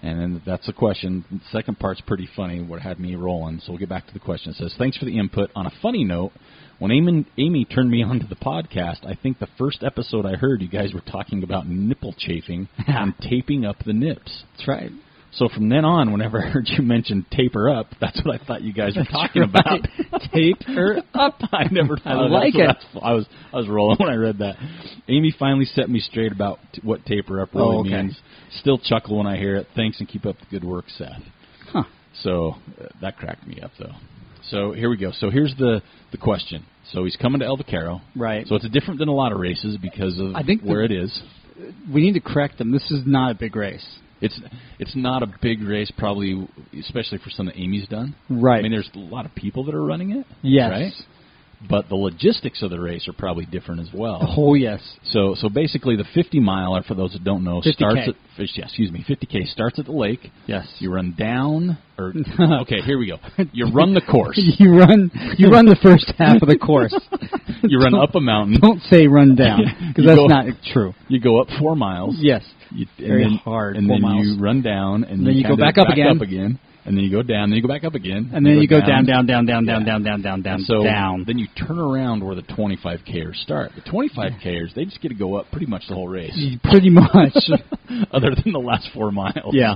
S1: And then that's the question. The second part's pretty funny, what had me rolling. So we'll get back to the question. It says, Thanks for the input. On a funny note, when Amy, Amy turned me on to the podcast, I think the first episode I heard, you guys were talking about nipple chafing and taping up the nips.
S2: That's right.
S1: So from then on, whenever I heard you mention taper up, that's what I thought you guys were talking about.
S2: Tape her up.
S1: [LAUGHS] I never thought of that,
S2: like
S1: so
S2: it.
S1: that's- I was I was rolling when I read that. Amy finally set me straight about t- what taper up really
S2: Oh, okay.
S1: means. Still chuckle when I hear it. Thanks and keep up the good work, Seth.
S2: Huh.
S1: So uh, that cracked me up though. So here we go. So here's the the question. So he's coming to El Vaquero.
S2: Right.
S1: So it's different than a lot of races because of
S2: I think the-
S1: where it is.
S2: We need to correct them. This is not a big race.
S1: It's it's not a big race, probably, especially for some that Amy's done.
S2: Right.
S1: I mean, there's a lot of people that are running it.
S2: Yes.
S1: Right. But the logistics of the race are probably different as well.
S2: Oh yes.
S1: So so basically, the 50 miler, for those that don't know,
S2: 50K.
S1: starts at fish- yeah, excuse me, 50k starts at the lake.
S2: Yes. [LAUGHS]
S1: You run down, or okay, here we go. You run the
S2: [LAUGHS]
S1: course.
S2: You run.
S1: [LAUGHS]
S2: You run the first half of the course.
S1: You run up a mountain.
S2: Don't say run down because
S1: You
S2: that's
S1: go-
S2: not true.
S1: You go up four miles.
S2: Yes.
S1: You, and
S2: Very
S1: then,
S2: hard,
S1: And
S2: four
S1: then
S2: miles.
S1: you run down, and
S2: Then you go
S1: kinda
S2: back up again.
S1: again, and then you go down, then you go back up again,
S2: And then you go down, down, down, down, down,
S1: Yeah.
S2: down, down, down, down,
S1: so
S2: down.
S1: Then you turn around where the 25kers start. The 25kers, they just get to go up pretty much the whole race,
S2: [LAUGHS] Pretty much. [LAUGHS]
S1: [LAUGHS] other than the last four miles.
S2: yeah.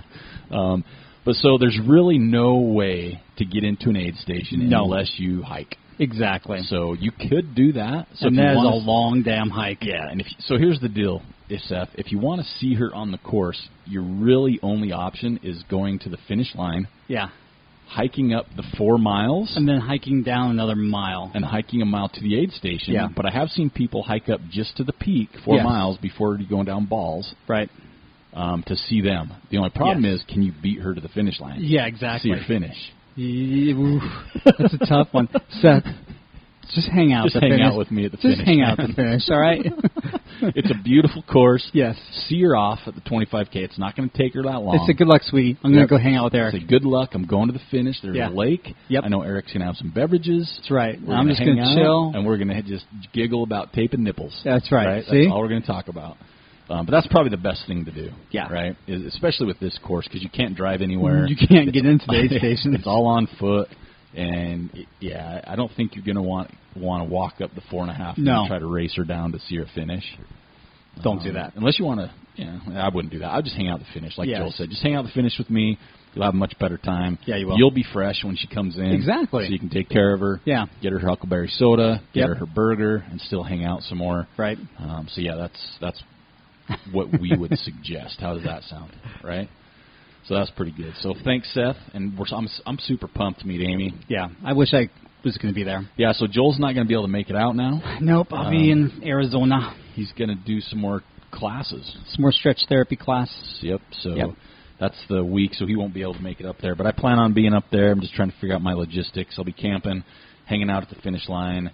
S1: Um, but so there's really no way to get into an aid station
S2: No.
S1: unless you hike.
S2: Exactly.
S1: So you could do that. So
S2: and
S1: if you
S2: that is a
S1: wanna-
S2: long damn hike.
S1: yeah, and if so, here's the deal, if Seth. If you want to see her on the course, your really only option is going to the finish line,
S2: Yeah.
S1: hiking up the four miles,
S2: And then hiking down another mile.
S1: and hiking a mile to the aid station.
S2: Yeah.
S1: But I have seen people hike up just to the peak, four
S2: Yes.
S1: miles, before going down balls,
S2: Right.
S1: um, to see them. The only problem
S2: Yes.
S1: is, can you beat her to the finish line?
S2: Yeah,
S1: See
S2: exactly.
S1: your finish.
S2: [LAUGHS] Yeah, oof. [LAUGHS] That's a tough one. Seth, just hang out.
S1: Just
S2: the
S1: hang
S2: finish.
S1: out with me at the
S2: Just
S1: finish.
S2: hang out the finish, all [LAUGHS] right?
S1: It's a beautiful course.
S2: yes.
S1: See her off at the 25k. It's not going to take her that long.
S2: It's a good luck, sweetie. I'm
S1: Yep.
S2: going to go hang out with Eric.
S1: Say good luck. I'm going to the finish. There's a
S2: Yeah.
S1: lake.
S2: Yep.
S1: I know Eric's gonna have some beverages.
S2: That's right.
S1: We're
S2: I'm
S1: gonna
S2: just
S1: hang
S2: gonna
S1: out,
S2: chill.
S1: and we're gonna just giggle about tape and nipples.
S2: That's right. See?
S1: That's all we're gonna talk about. Um, but that's probably the best thing to do.
S2: Yeah. Mm-hmm.
S1: Right. Is- Especially with this course because you can't drive anywhere. [LAUGHS]
S2: You can't
S1: It's-
S2: get into the [LAUGHS] aid stations.
S1: It's all on foot, and it, yeah, I don't think you're gonna want want to walk up the four and a half.
S2: No.
S1: And try to race her down to see her finish.
S2: [LAUGHS] Don't
S1: Um,
S2: do that.
S1: unless you want to. Yeah, I wouldn't do that. I'd just hang out the finish, like
S2: Yes.
S1: Joel said. Just hang out the finish with me. You'll have a much better time.
S2: Yeah, you will.
S1: You'll be fresh when she comes in.
S2: Exactly.
S1: So you can take care of her.
S2: Yeah.
S1: Get her her huckleberry soda. Get
S2: Yep.
S1: her her burger, and still hang out some more.
S2: Right.
S1: Um, so yeah, that's that's what we would suggest. How does that sound? Right. So that's pretty good. So thanks, Seth, and we're, I'm I'm super pumped to meet Amy.
S2: Yeah. I wish I was going to be there.
S1: Yeah. So Joel's not going to be able to make it out now.
S2: Nope. I'll be in Arizona.
S1: He's going to do some more classes.
S2: Some more stretch therapy class.
S1: Yep. So
S2: Yep.
S1: that's the week, so he won't be able to make it up there. But I plan on being up there. I'm just trying to figure out my logistics. I'll be camping, hanging out at the finish line,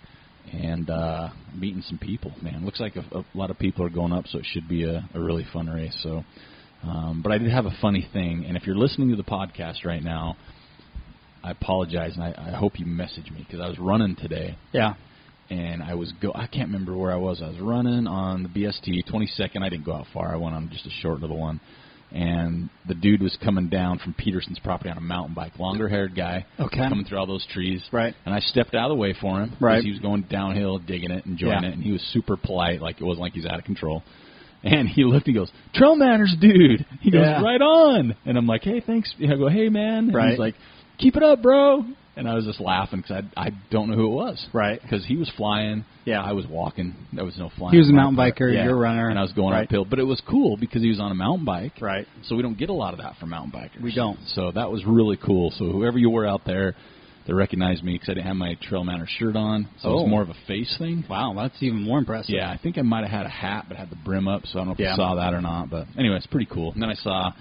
S1: and uh, meeting some people. Man, looks like a, a lot of people are going up, so it should be a, a really fun race. So, um, but I did have a funny thing, and if you're listening to the podcast right now, I apologize, and I, I hope you message me because I was running today
S2: Yeah.
S1: and I was go. I can't remember where I was. I was running on the BST 22nd. I didn't go out far. I went on just a short little one, and the dude was coming down from Peterson's property on a mountain bike, longer haired guy,
S2: Okay.
S1: coming through all those trees.
S2: Right.
S1: And I stepped out of the way for him. 'cause
S2: Right.
S1: He was going downhill, digging it, enjoying
S2: Yeah.
S1: it, and he was super polite. Like it wasn't like he's out of control. And he looked. He goes, "Trail manners, dude." He goes,
S2: Yeah.
S1: "Right on." And I'm like, "Hey, thanks." And I go, "Hey, man." And
S2: Right.
S1: He's like, "Keep it up, bro." And I was just laughing because I I don't know who it was
S2: Right.
S1: because he was flying.
S2: Yeah.
S1: I was walking. There was no flying.
S2: He was a
S1: on my
S2: mountain
S1: part.
S2: biker,
S1: Yeah.
S2: you're a runner.
S1: and I was going
S2: Right.
S1: uphill. But it was cool because he was on a mountain bike.
S2: Right.
S1: So we don't get a lot of that from mountain bikers.
S2: We don't.
S1: So that was really cool. So whoever you were out there, they recognized me because I didn't have my trail manner shirt on. So it
S2: Oh.
S1: was more of a face thing.
S2: Wow. That's even more impressive.
S1: Yeah, I think I might have had a hat, but had the brim up, so I don't know if
S2: Yeah.
S1: you saw that or not. But anyway, it's pretty cool. And then I saw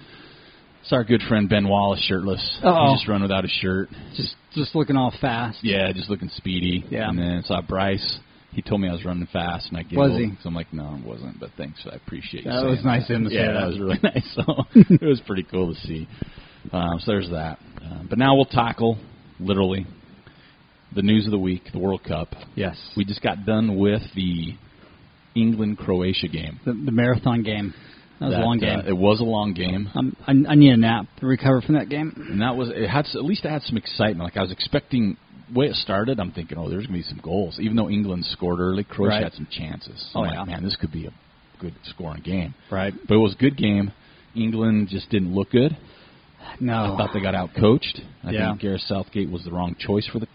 S1: saw our good friend Ben Wallace shirtless.
S2: Uh-oh.
S1: He just run without a shirt.
S2: Just just looking all fast.
S1: Yeah, just looking speedy.
S2: Yeah.
S1: And then saw Bryce. He told me I was running fast, and I giggled.
S2: Was he?
S1: So I'm like, no, it wasn't, but thanks. I appreciate you
S2: That
S1: saying
S2: was nice of him to say
S1: Yeah,
S2: that.
S1: that was really [LAUGHS] nice. So it was pretty cool to see. Um, so there's that. Um, but now we'll tackle, literally, the news of the week, the World Cup.
S2: Yes.
S1: We just got done with the England-Croatia game.
S2: the, the marathon game. That was a
S1: That,
S2: long
S1: uh,
S2: game.
S1: it was a long game.
S2: Um, I, I need a nap to recover from that game.
S1: And that was it had at least it had some excitement. Like I was expecting way it started, I'm thinking, oh, there's gonna be some goals. Even though England scored early, Croatia
S2: Right.
S1: had some chances.
S2: Oh,
S1: I'm
S2: yeah.
S1: like, man, this could be a good scoring game.
S2: Right.
S1: But it was a good game. England just didn't look good. I
S2: No.
S1: thought they got out coached. I
S2: Oh. Yeah.
S1: think Gareth Southgate was the wrong choice for the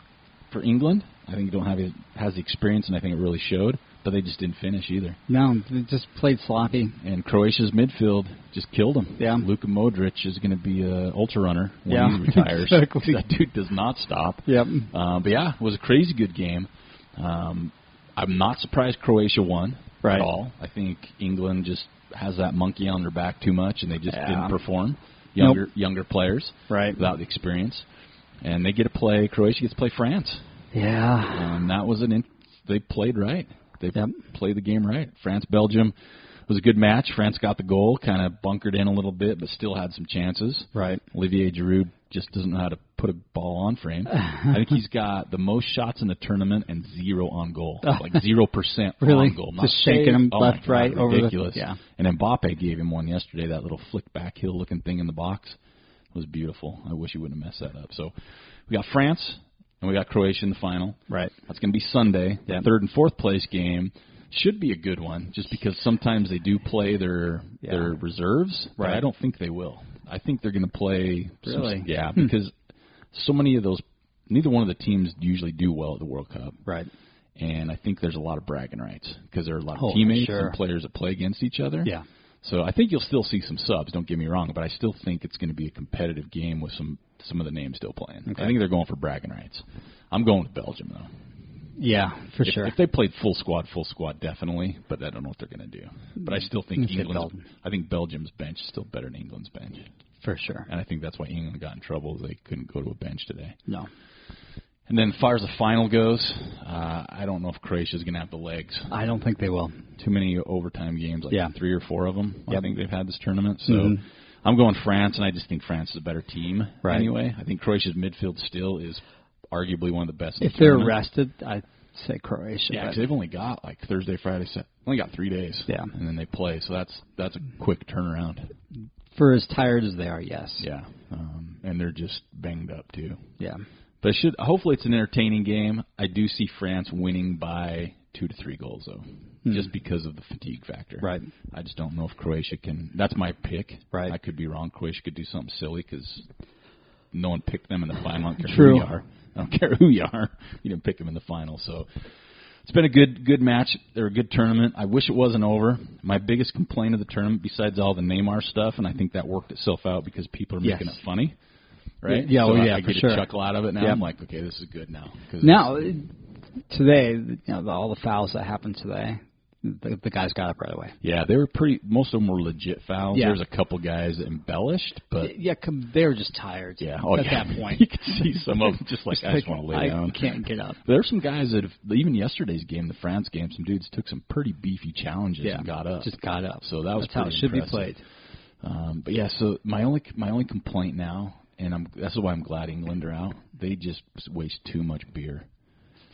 S1: for England. I think he don't have it has the experience, and I think it really showed. But they just didn't finish either.
S2: No, they just played sloppy.
S1: And Croatia's midfield just killed him.
S2: Yeah.
S1: Luka Modric is going to be a ultra runner when
S2: Yeah,
S1: he retires.
S2: [LAUGHS] exactly.
S1: That dude does not stop.
S2: Yep.
S1: Uh, but yeah, it was a crazy good game. Um, I'm not surprised Croatia won
S2: Right.
S1: at all. I think England just has that monkey on their back too much, and they just
S2: Yeah.
S1: didn't perform. Younger younger players,
S2: Right.
S1: without the experience, and they get to play. Croatia gets to play France,
S2: Yeah.
S1: and that was an. In, they played right. They
S2: Yep.
S1: played the game right. France Belgium was a good match. France got the goal, kind of bunkered in a little bit, but still had some chances.
S2: Right.
S1: Olivier Giroud just doesn't know how to put a ball on
S2: [LAUGHS]
S1: frame. I think he's got the most shots in the tournament and zero on goal, like zero percent
S2: Oh. [LAUGHS] Really?
S1: on goal. Not
S2: Just shaking 'em
S1: saved. Oh my
S2: left,
S1: God,
S2: right, over the-
S1: ridiculous.
S2: yeah.
S1: And Mbappe gave him one yesterday. That little flick back heel looking thing in the box It was beautiful. I wish he wouldn't have messed that up. So we got France and we got Croatia in the final.
S2: Right.
S1: That's going to be Sunday. The
S2: Yep.
S1: Third and fourth place game should be a good one, just because sometimes they do play their
S2: Yeah.
S1: their reserves. but
S2: Right.
S1: I don't think they will. I think they're going to play. some-
S2: Really? Hmm.
S1: yeah, because so many of those, neither one of the teams usually do well at the World Cup,
S2: Right.
S1: and I think there's a lot of bragging rights because there are a lot of
S2: Oh, for
S1: teammates
S2: sure.
S1: and players that play against each other.
S2: Yeah.
S1: So I think you'll still see some subs. Don't get me wrong, but I still think it's going to be a competitive game with some some of the names still playing.
S2: Okay.
S1: I think they're going for bragging rights. I'm going with Belgium though.
S2: Yeah, for
S1: if,
S2: sure.
S1: If they played full squad, full squad, definitely. But I don't know what they're going to do. But I still think
S2: Let's get
S1: England's.
S2: Mm-hmm. Belgium.
S1: I think Belgium's bench is still better than England's bench,
S2: for sure.
S1: and I think that's why England got in trouble. They couldn't go to a bench today.
S2: No.
S1: And then, as far as the final goes, uh, I don't know if Croatia's going to have the legs.
S2: I don't think they will.
S1: Too many overtime games, like
S2: Yeah.
S1: three or four of them. I
S2: Yep.
S1: think they've had this tournament. So
S2: Mhm.
S1: I'm going France, and I just think France is a better team.
S2: Right.
S1: Anyway, I think Croatia's midfield still is arguably one of the best. in
S2: If
S1: the
S2: they're
S1: tournament.
S2: rested, I'd say Croatia.
S1: Yeah,
S2: but-
S1: 'cause they've only got like Thursday, Friday, Sat- only got three days.
S2: Yeah.
S1: and then they play, so that's that's a quick turnaround.
S2: for as tired as they are, yes.
S1: Yeah, um, and they're just banged up too.
S2: Yeah.
S1: But it should hopefully it's an entertaining game. I do see France winning by two to three goals though,
S2: Hmm.
S1: just because of the fatigue factor.
S2: Right.
S1: I just don't know if Croatia can. That's my pick.
S2: Right.
S1: I could be wrong. Croatia could do something silly because no one picked them in the final. I don't care
S2: True.
S1: who you are. I don't care who you are. You didn't pick them in the final. So it's been a good good match. They're a good tournament. I wish it wasn't over. My biggest complaint of the tournament, besides all the Neymar stuff, and I think that worked itself out because people are making
S2: Yes.
S1: it funny. Right?
S2: Yeah,
S1: so
S2: well,
S1: I-
S2: yeah,
S1: I
S2: for
S1: get
S2: sure.
S1: a chuckle out of it now.
S2: Yep.
S1: I'm like, okay, this is good now. 'Cause
S2: Now, it- today, you know, the- all the fouls that happened today, the, the guys got up right away.
S1: Yeah, they were pretty. Most of them were legit fouls.
S2: Yeah.
S1: There's a couple guys that embellished, but
S2: yeah, come, they were just tired.
S1: yeah, oh
S2: at
S1: yeah. [LAUGHS]
S2: that point,
S1: you could see some of them just like
S2: [LAUGHS]
S1: I just want to lay
S2: I
S1: down.
S2: can't get up.
S1: There are some guys that have, even yesterday's game, the France game, some dudes took some pretty beefy challenges
S2: Yeah,
S1: and got up.
S2: Just got up.
S1: So that was
S2: That's how it
S1: pretty
S2: should
S1: impressive.
S2: be played.
S1: Um, but yeah, so my only my only complaint now, and I'm that's why I'm glad England are out. They just waste too much beer.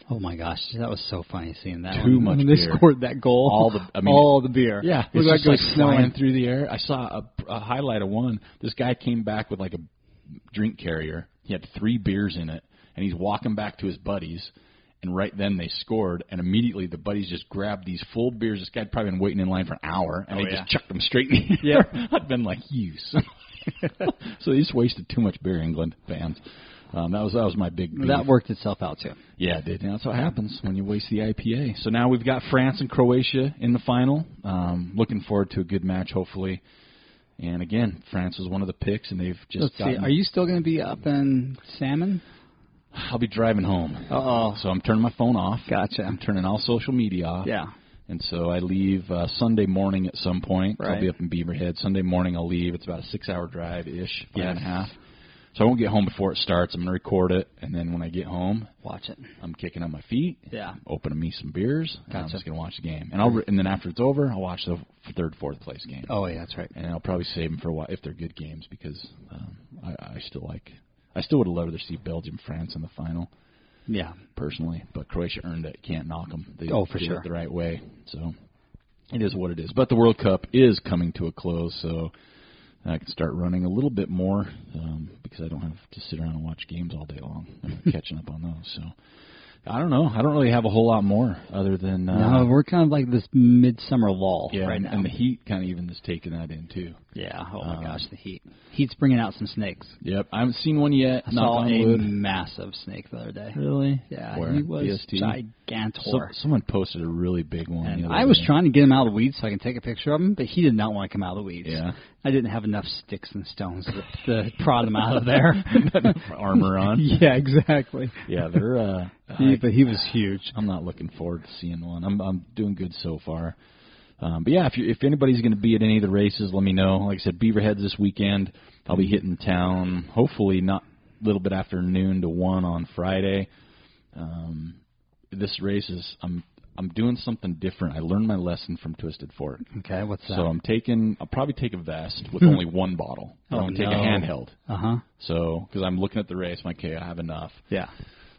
S2: Oh my gosh, that was so funny seeing that.
S1: Too
S2: one.
S1: much
S2: When they
S1: beer.
S2: scored that goal.
S1: All the- I mean-
S2: all the beer.
S1: Yeah,
S2: it was
S1: it's just like
S2: like, it was
S1: flying
S2: snowing.
S1: through the air. I saw a, a highlight of one. This guy came back with like a drink carrier. He had three beers in it, and he's walking back to his buddies. And right then they scored, and immediately the buddies just grabbed these full beers. This guy'd probably been waiting in line for an hour, and
S2: Oh,
S1: they
S2: yeah.
S1: just chucked them straight in the air. [LAUGHS] I'd been like, you. son of a-" so they just wasted too much beer, England fans. Um, that was that was my big. beef.
S2: That worked itself out too.
S1: Yeah, it did. And that's what happens when you waste the IPA. So now we've got France and Croatia in the final. Um, looking forward to a good match, hopefully. And again, France was one of the picks, and they've just.
S2: Let's see.
S1: gotten-
S2: Are you still going to be up in salmon?
S1: I'll be driving home,
S2: Uh oh.
S1: so I'm turning my phone off.
S2: Gotcha.
S1: I'm turning all social media off.
S2: Yeah.
S1: And so I leave uh, Sunday morning at some point. I'll
S2: Right.
S1: be up in Beaverhead. Sunday morning I'll leave. It's about a six-hour drive ish, five and a
S2: Yes.
S1: half. So I won't get home before it starts. I'm gonna record it, and then when I get home,
S2: Watch it.
S1: I'm kicking on my feet.
S2: Yeah.
S1: opening me some beers. And I'm
S2: Gotcha.
S1: just gonna watch the game, and I'll re- and then after it's over, I'll watch the f- third, fourth place game,
S2: Oh yeah, that's right.
S1: and I'll probably save them for a while if they're good games because um, I, I still like. I still would have loved to see Belgium, France in the final,
S2: Yeah.
S1: personally. But Croatia earned it. Can't knock them. They
S2: Oh, for
S1: did
S2: sure.
S1: it the right way. So it is what it is. But the World Cup is coming to a close, so I can start running a little bit more um, because I don't have to sit around and watch games all day long. I'm
S2: [LAUGHS]
S1: not catching up on those. So I don't know. I don't really have a whole lot more other than uh,
S2: No, we're kind of like this midsummer lull
S1: yeah,
S2: right
S1: and,
S2: now.
S1: and the heat kind of even is taking that in too.
S2: yeah. Oh
S1: Um,
S2: my gosh, the heat. Heat's bringing out some snakes.
S1: Yep, I haven't seen one yet.
S2: I
S1: knock
S2: saw
S1: on
S2: a
S1: wood.
S2: massive snake the other day.
S1: Really?
S2: Yeah,
S1: Where?
S2: he was
S1: BST? So,
S2: gigantor.
S1: someone posted a really big one. the
S2: and
S1: other
S2: I was
S1: day.
S2: trying to get him out of the weeds so I can take a picture of him, but he did not want to come out of the weeds. [LAUGHS]
S1: Yeah.
S2: I didn't have enough sticks and stones to, to prod him out of [LAUGHS] there.
S1: armor on.
S2: [LAUGHS] yeah, exactly.
S1: Yeah, they're. Uh,
S2: He,
S1: I,
S2: but he was huge.
S1: I'm not looking forward to seeing one. I'm I'm doing good so far. Um, but yeah, if you, if anybody's going to be at any of the races, let me know. Like I said, Beaverheads this weekend. I'll be hitting town. Hopefully, not a little bit after noon to one on Friday. Um, this race is I'm I'm doing something different. I learned my lesson from Twisted Fork.
S2: Okay, what's
S1: So
S2: that?
S1: I'm taking. I'll probably take a vest with only one bottle.
S2: Hmm. Oh,
S1: I'm gonna take
S2: no.
S1: a handheld.
S2: uh huh.
S1: So because I'm looking at the race, I'm like, okay, I have enough.
S2: Yeah.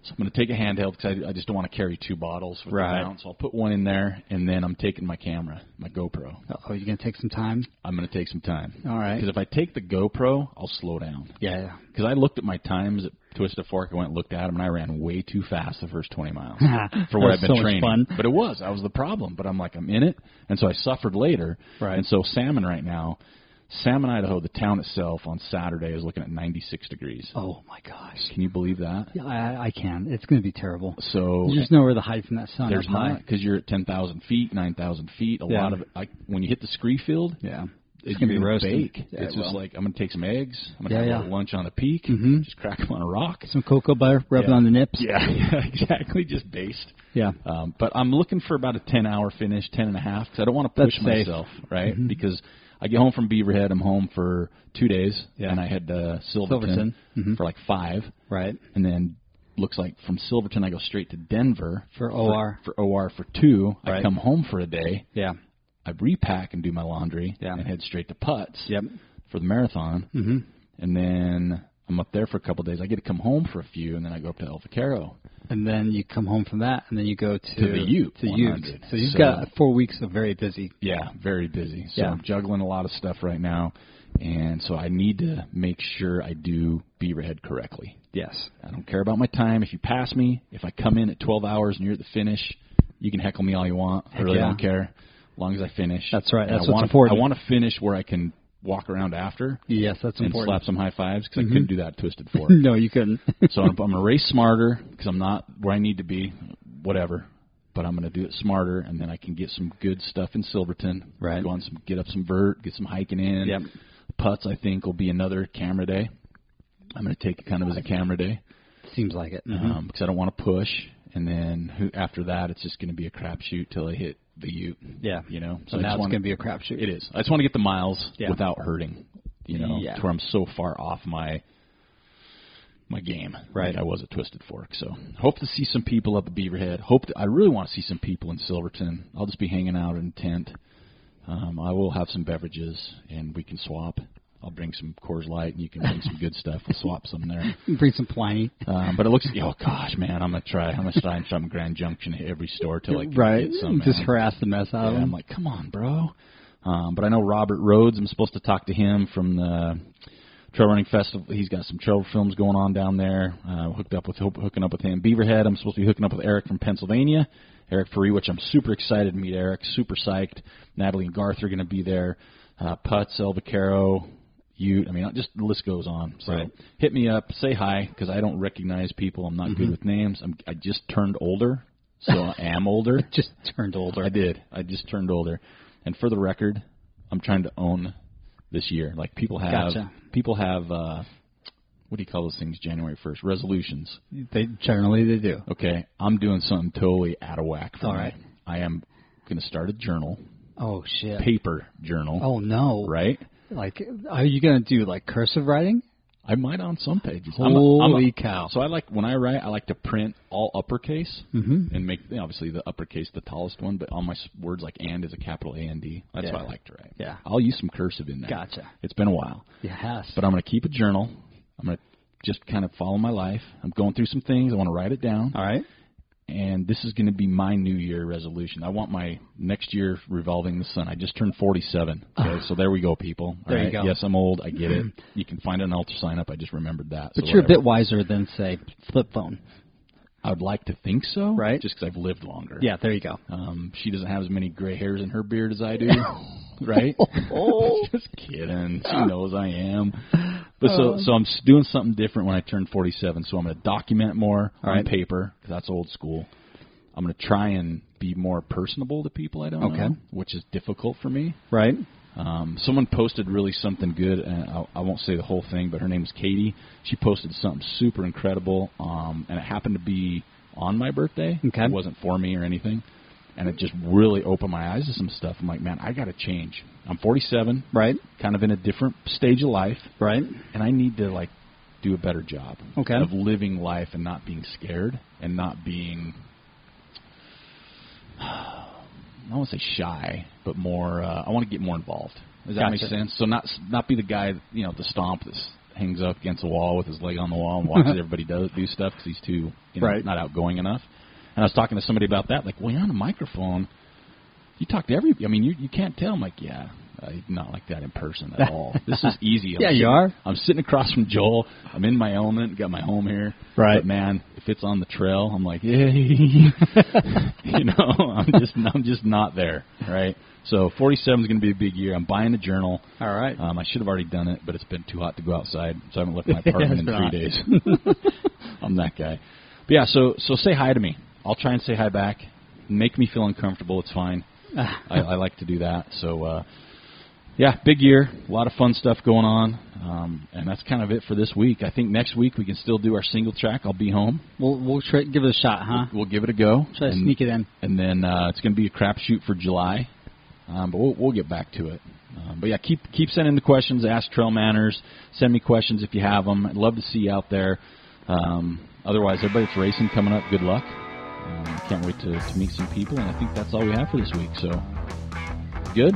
S1: So I'm going to take a handheld because I, I just don't want to carry two bottles with
S2: Right.
S1: the mount. So I'll put one in there, and then I'm taking my camera, my GoPro.
S2: Oh, you gonna take some time?
S1: I'm going to take some time.
S2: All right.
S1: Because if I take the GoPro, I'll slow down.
S2: Yeah, yeah.
S1: Because I looked at my times at Twisted Fork, I went and looked at them, and I ran way too fast the first 20 miles for what
S2: [LAUGHS] That
S1: I've been
S2: was so much
S1: training.
S2: fun.
S1: But it was. I was the problem. But I'm like, I'm in it. And so I suffered later.
S2: Right.
S1: And so Salmon right now, Salmon, Idaho, the town itself on Saturday is looking at 96 degrees.
S2: Oh my gosh.
S1: Can you believe that?
S2: Yeah, I, I can. It's gonna be terrible.
S1: So
S2: There's nowhere to hide from that sun.
S1: There's
S2: up high.
S1: not because you're at ten thousand feet, nine thousand feet. A
S2: Yeah.
S1: lot of like when you hit the scree field,
S2: Yeah.
S1: it's
S2: gonna be roasted.
S1: bake.
S2: Yeah,
S1: it's
S2: it
S1: just
S2: will.
S1: like I'm gonna take some eggs. I'm gonna
S2: Yeah,
S1: have
S2: yeah.
S1: a little lunch on a peak.
S2: Mhm.
S1: Just crack them on a
S2: [LAUGHS]
S1: rock.
S2: Some cocoa butter, rub it
S1: Yeah.
S2: on the nips.
S1: Yeah, yeah, exactly. Just based.
S2: Yeah.
S1: Um, but I'm looking for about a 10 hour finish, 10 and a half, because I don't want to push
S2: That's safe. Mm-hmm.
S1: myself, right? Because I get home from Beaverhead, I'm home for two days,
S2: Yeah.
S1: and I head to Silverton,
S2: Silverton. Mhm.
S1: for like five,
S2: Right.
S1: and then looks like from Silverton I go straight to Denver
S2: For OR.
S1: for OR for two. I
S2: Right.
S1: come home for a day,
S2: Yeah.
S1: I repack and do my laundry,
S2: Yeah.
S1: and head straight to Putts
S2: Yep.
S1: for the marathon,
S2: Mm-hmm.
S1: and then I'm up there for a couple days. I get to come home for a few, and then I go up to El Vaquero.
S2: And then you come home from that, and then you go to,
S1: To the Ute,
S2: To
S1: 100.
S2: Ute. So you've
S1: So-
S2: got four weeks of very busy.
S1: Yeah, very busy. So
S2: Yeah.
S1: I'm juggling a lot of stuff right now, and so I need to make sure I do Beaverhead correctly.
S2: Yes.
S1: I don't care about my time. If you pass me, if I come in at 12 hours and you're at the finish, you can heckle me all you want. I really
S2: yeah.
S1: don't care, as long as I finish.
S2: That's right.
S1: And
S2: That's
S1: I
S2: what's
S1: wanna,
S2: important.
S1: I want to finish where I can walk around after
S2: Yes, that's
S1: and
S2: important. [LAUGHS] Mm-hmm.
S1: slap some high fives because I couldn't do that at Twisted Four.
S2: no, you couldn't. [LAUGHS]
S1: so I'm, I'm gonna race smarter because I'm not where I need to be, whatever. But I'm gonna do it smarter, and then I can get some good stuff in Silverton.
S2: Right.
S1: Go on some, get up some vert, get some hiking in.
S2: Yep.
S1: Putts, I think, will be another camera day. I'm gonna take it kind of as a camera day
S2: Seems like it.
S1: because Um, I don't want to push. And then who, after that, it's just gonna be a crapshoot till I hit the Ute.
S2: Yeah.
S1: You know.
S2: So
S1: I
S2: now
S1: just
S2: it's
S1: wanna-
S2: going to be a crapshoot.
S1: It is. I just want to get the miles
S2: Yeah.
S1: without hurting. You know,
S2: Yeah.
S1: to where I'm so far off my my game.
S2: Right.
S1: Like I was at Twisted Fork. So hope to see some people up at Beaverhead. Hope to, I really want to see some people in Silverton. I'll just be hanging out in tent. Um, I will have some beverages and we can swap. I'll bring some Coors Light and you can bring some good stuff. We'll swap some there.
S2: Bring some Pliny.
S1: Um, but it looks oh gosh, man, I'm gonna try. I'm gonna try and shop in Grand Junction at every store till I can
S2: right.
S1: get some.
S2: Just
S1: man.
S2: harass the mess out of
S1: Yeah, I'm
S2: them.
S1: like, come on, bro. Um, but I know Robert Rhodes. I'm supposed to talk to him from the Trail Running Festival. He's got some trail films going on down there. Uh, hooked up with hooking up with him. Beaverhead. I'm supposed to be hooking up with Eric from Pennsylvania. Eric Faree, which I'm super excited to meet. Eric, super psyched. Natalie and Garth are going to be there. Uh, Putz, El Vaquero, Ute. I mean, uh, just the list goes on. So
S2: Right.
S1: hit me up, say hi, because I don't recognize people. I'm not good with names. I'm, I just turned older, so I am older.
S2: [LAUGHS] just turned older.
S1: I did. I just turned older. And for the record, I'm trying to own this year. Like people have
S2: Gotcha.
S1: people have uh what do you call those things January 1st? Resolutions.
S2: They generally they do.
S1: Okay. I'm doing something totally out of whack for
S2: All
S1: me.
S2: right.
S1: I am going to start a journal,
S2: Oh shit.
S1: paper journal,
S2: Oh no.
S1: right?
S2: Like, are you going to do like cursive writing?
S1: I might on some pages. I'm a, I'm
S2: Holy
S1: a,
S2: cow.
S1: So I like when I write, I like to print all uppercase
S2: Mhm.
S1: and make you know, obviously the uppercase the tallest one, but all my s- words like and is a capital A and D. That's
S2: Yeah.
S1: what I like to write.
S2: Yeah.
S1: I'll use some cursive in there.
S2: Gotcha.
S1: It's been a while,
S2: Yes.
S1: but I'm going to keep a journal. I'm going to just kind of follow my life. I'm going through some things. I want to write it down,
S2: All right.
S1: and this is going to be my New Year resolution. I want my next year revolving the sun. I just turned
S2: [SIGHS]
S1: 47. Okay, so there we go, people. All
S2: There you
S1: right?
S2: go. Mm-hmm.
S1: Yes, I'm old. I get it. You can find an ultra sign up. I just remembered that.
S2: But
S1: so
S2: you're a
S1: whatever.
S2: bit wiser than say flip phone.
S1: I would like to think so,
S2: Right.
S1: Just because I've lived longer.
S2: Yeah, there you go.
S1: Um, she doesn't have as many gray hairs in her beard as I do, right? [LAUGHS] Just kidding. She knows I am. But so so I'm s- doing something different when I turn 47. So I'm going to document more
S2: All
S1: on
S2: right.
S1: paper because that's old school. I'm going to try and be more personable to people I don't
S2: Okay.
S1: know, which is difficult for me.
S2: Right.
S1: Um, someone posted really something good, and I, I won't say the whole thing, but her name is Katie. She posted something super incredible, um, and it happened to be on my birthday.
S2: Okay.
S1: It wasn't for me or anything, and it just really opened my eyes to some stuff. I'm like, man, I got to change. I'm 47,
S2: [LAUGHS] Right.
S1: kind of in a different stage of life,
S2: Right.
S1: and I need to like do a better job
S2: Okay.
S1: of living life and not being scared and not being [SIGHS] I don't want to say shy, but more uh, I want to get more involved. Does that make
S2: Gotcha.
S1: sense? So not not be the guy you know the stomp that hangs up against the wall with his leg on the wall and
S2: [LAUGHS]
S1: watches everybody do, do stuff because he's too you know,
S2: Right.
S1: not outgoing enough. And I was talking to somebody about that, like, well, you're on a microphone. You talk to every. I mean, you you can't tell. I'm like, yeah, uh, not like that in person at
S2: [LAUGHS]
S1: all. this is easy. I'm
S2: Yeah, you
S1: sitting-
S2: are.
S1: I'm sitting across from Joel. I'm in my element. Got my home here.
S2: Right.
S1: But man, if it's on the trail, I'm like, [LAUGHS] yay. you know, [LAUGHS] I'm just I'm just not there. Right. So 47 is going to be a big year. I'm buying a journal.
S2: All right.
S1: Um, I should have already done it, but it's been too hot to go outside, so I haven't left my apartment
S2: it's
S1: in
S2: been
S1: three days. I'm that guy. But yeah, so so say hi to me. I'll try and say hi back. Make me feel uncomfortable. It's fine. I, I like to do that. So uh, yeah, big year. A lot of fun stuff going on. Um, and that's kind of it for this week. I think next week we can still do our single track. I'll be home.
S2: We'll we'll try, give it a shot, huh?
S1: We'll give it a go.
S2: Try to
S1: and,
S2: sneak it in.
S1: And then uh, it's going to be a crapshoot for July. Um, but we'll, we'll get back to it. Um, but yeah, keep keep sending the questions. Ask Trail Manners. Send me questions if you have them. I'd love to see you out there. Um, otherwise, everybody that's racing coming up, good luck. Um, can't wait to, to meet some people. And I think that's all we have for this week. So, good.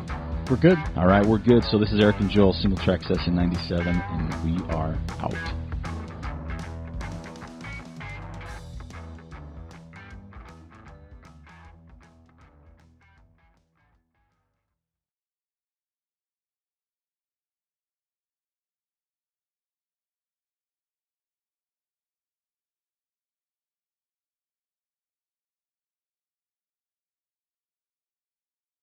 S2: We're good.
S1: All right, we're good. So this is Eric and Joel, Single Track Session 97, and we are out.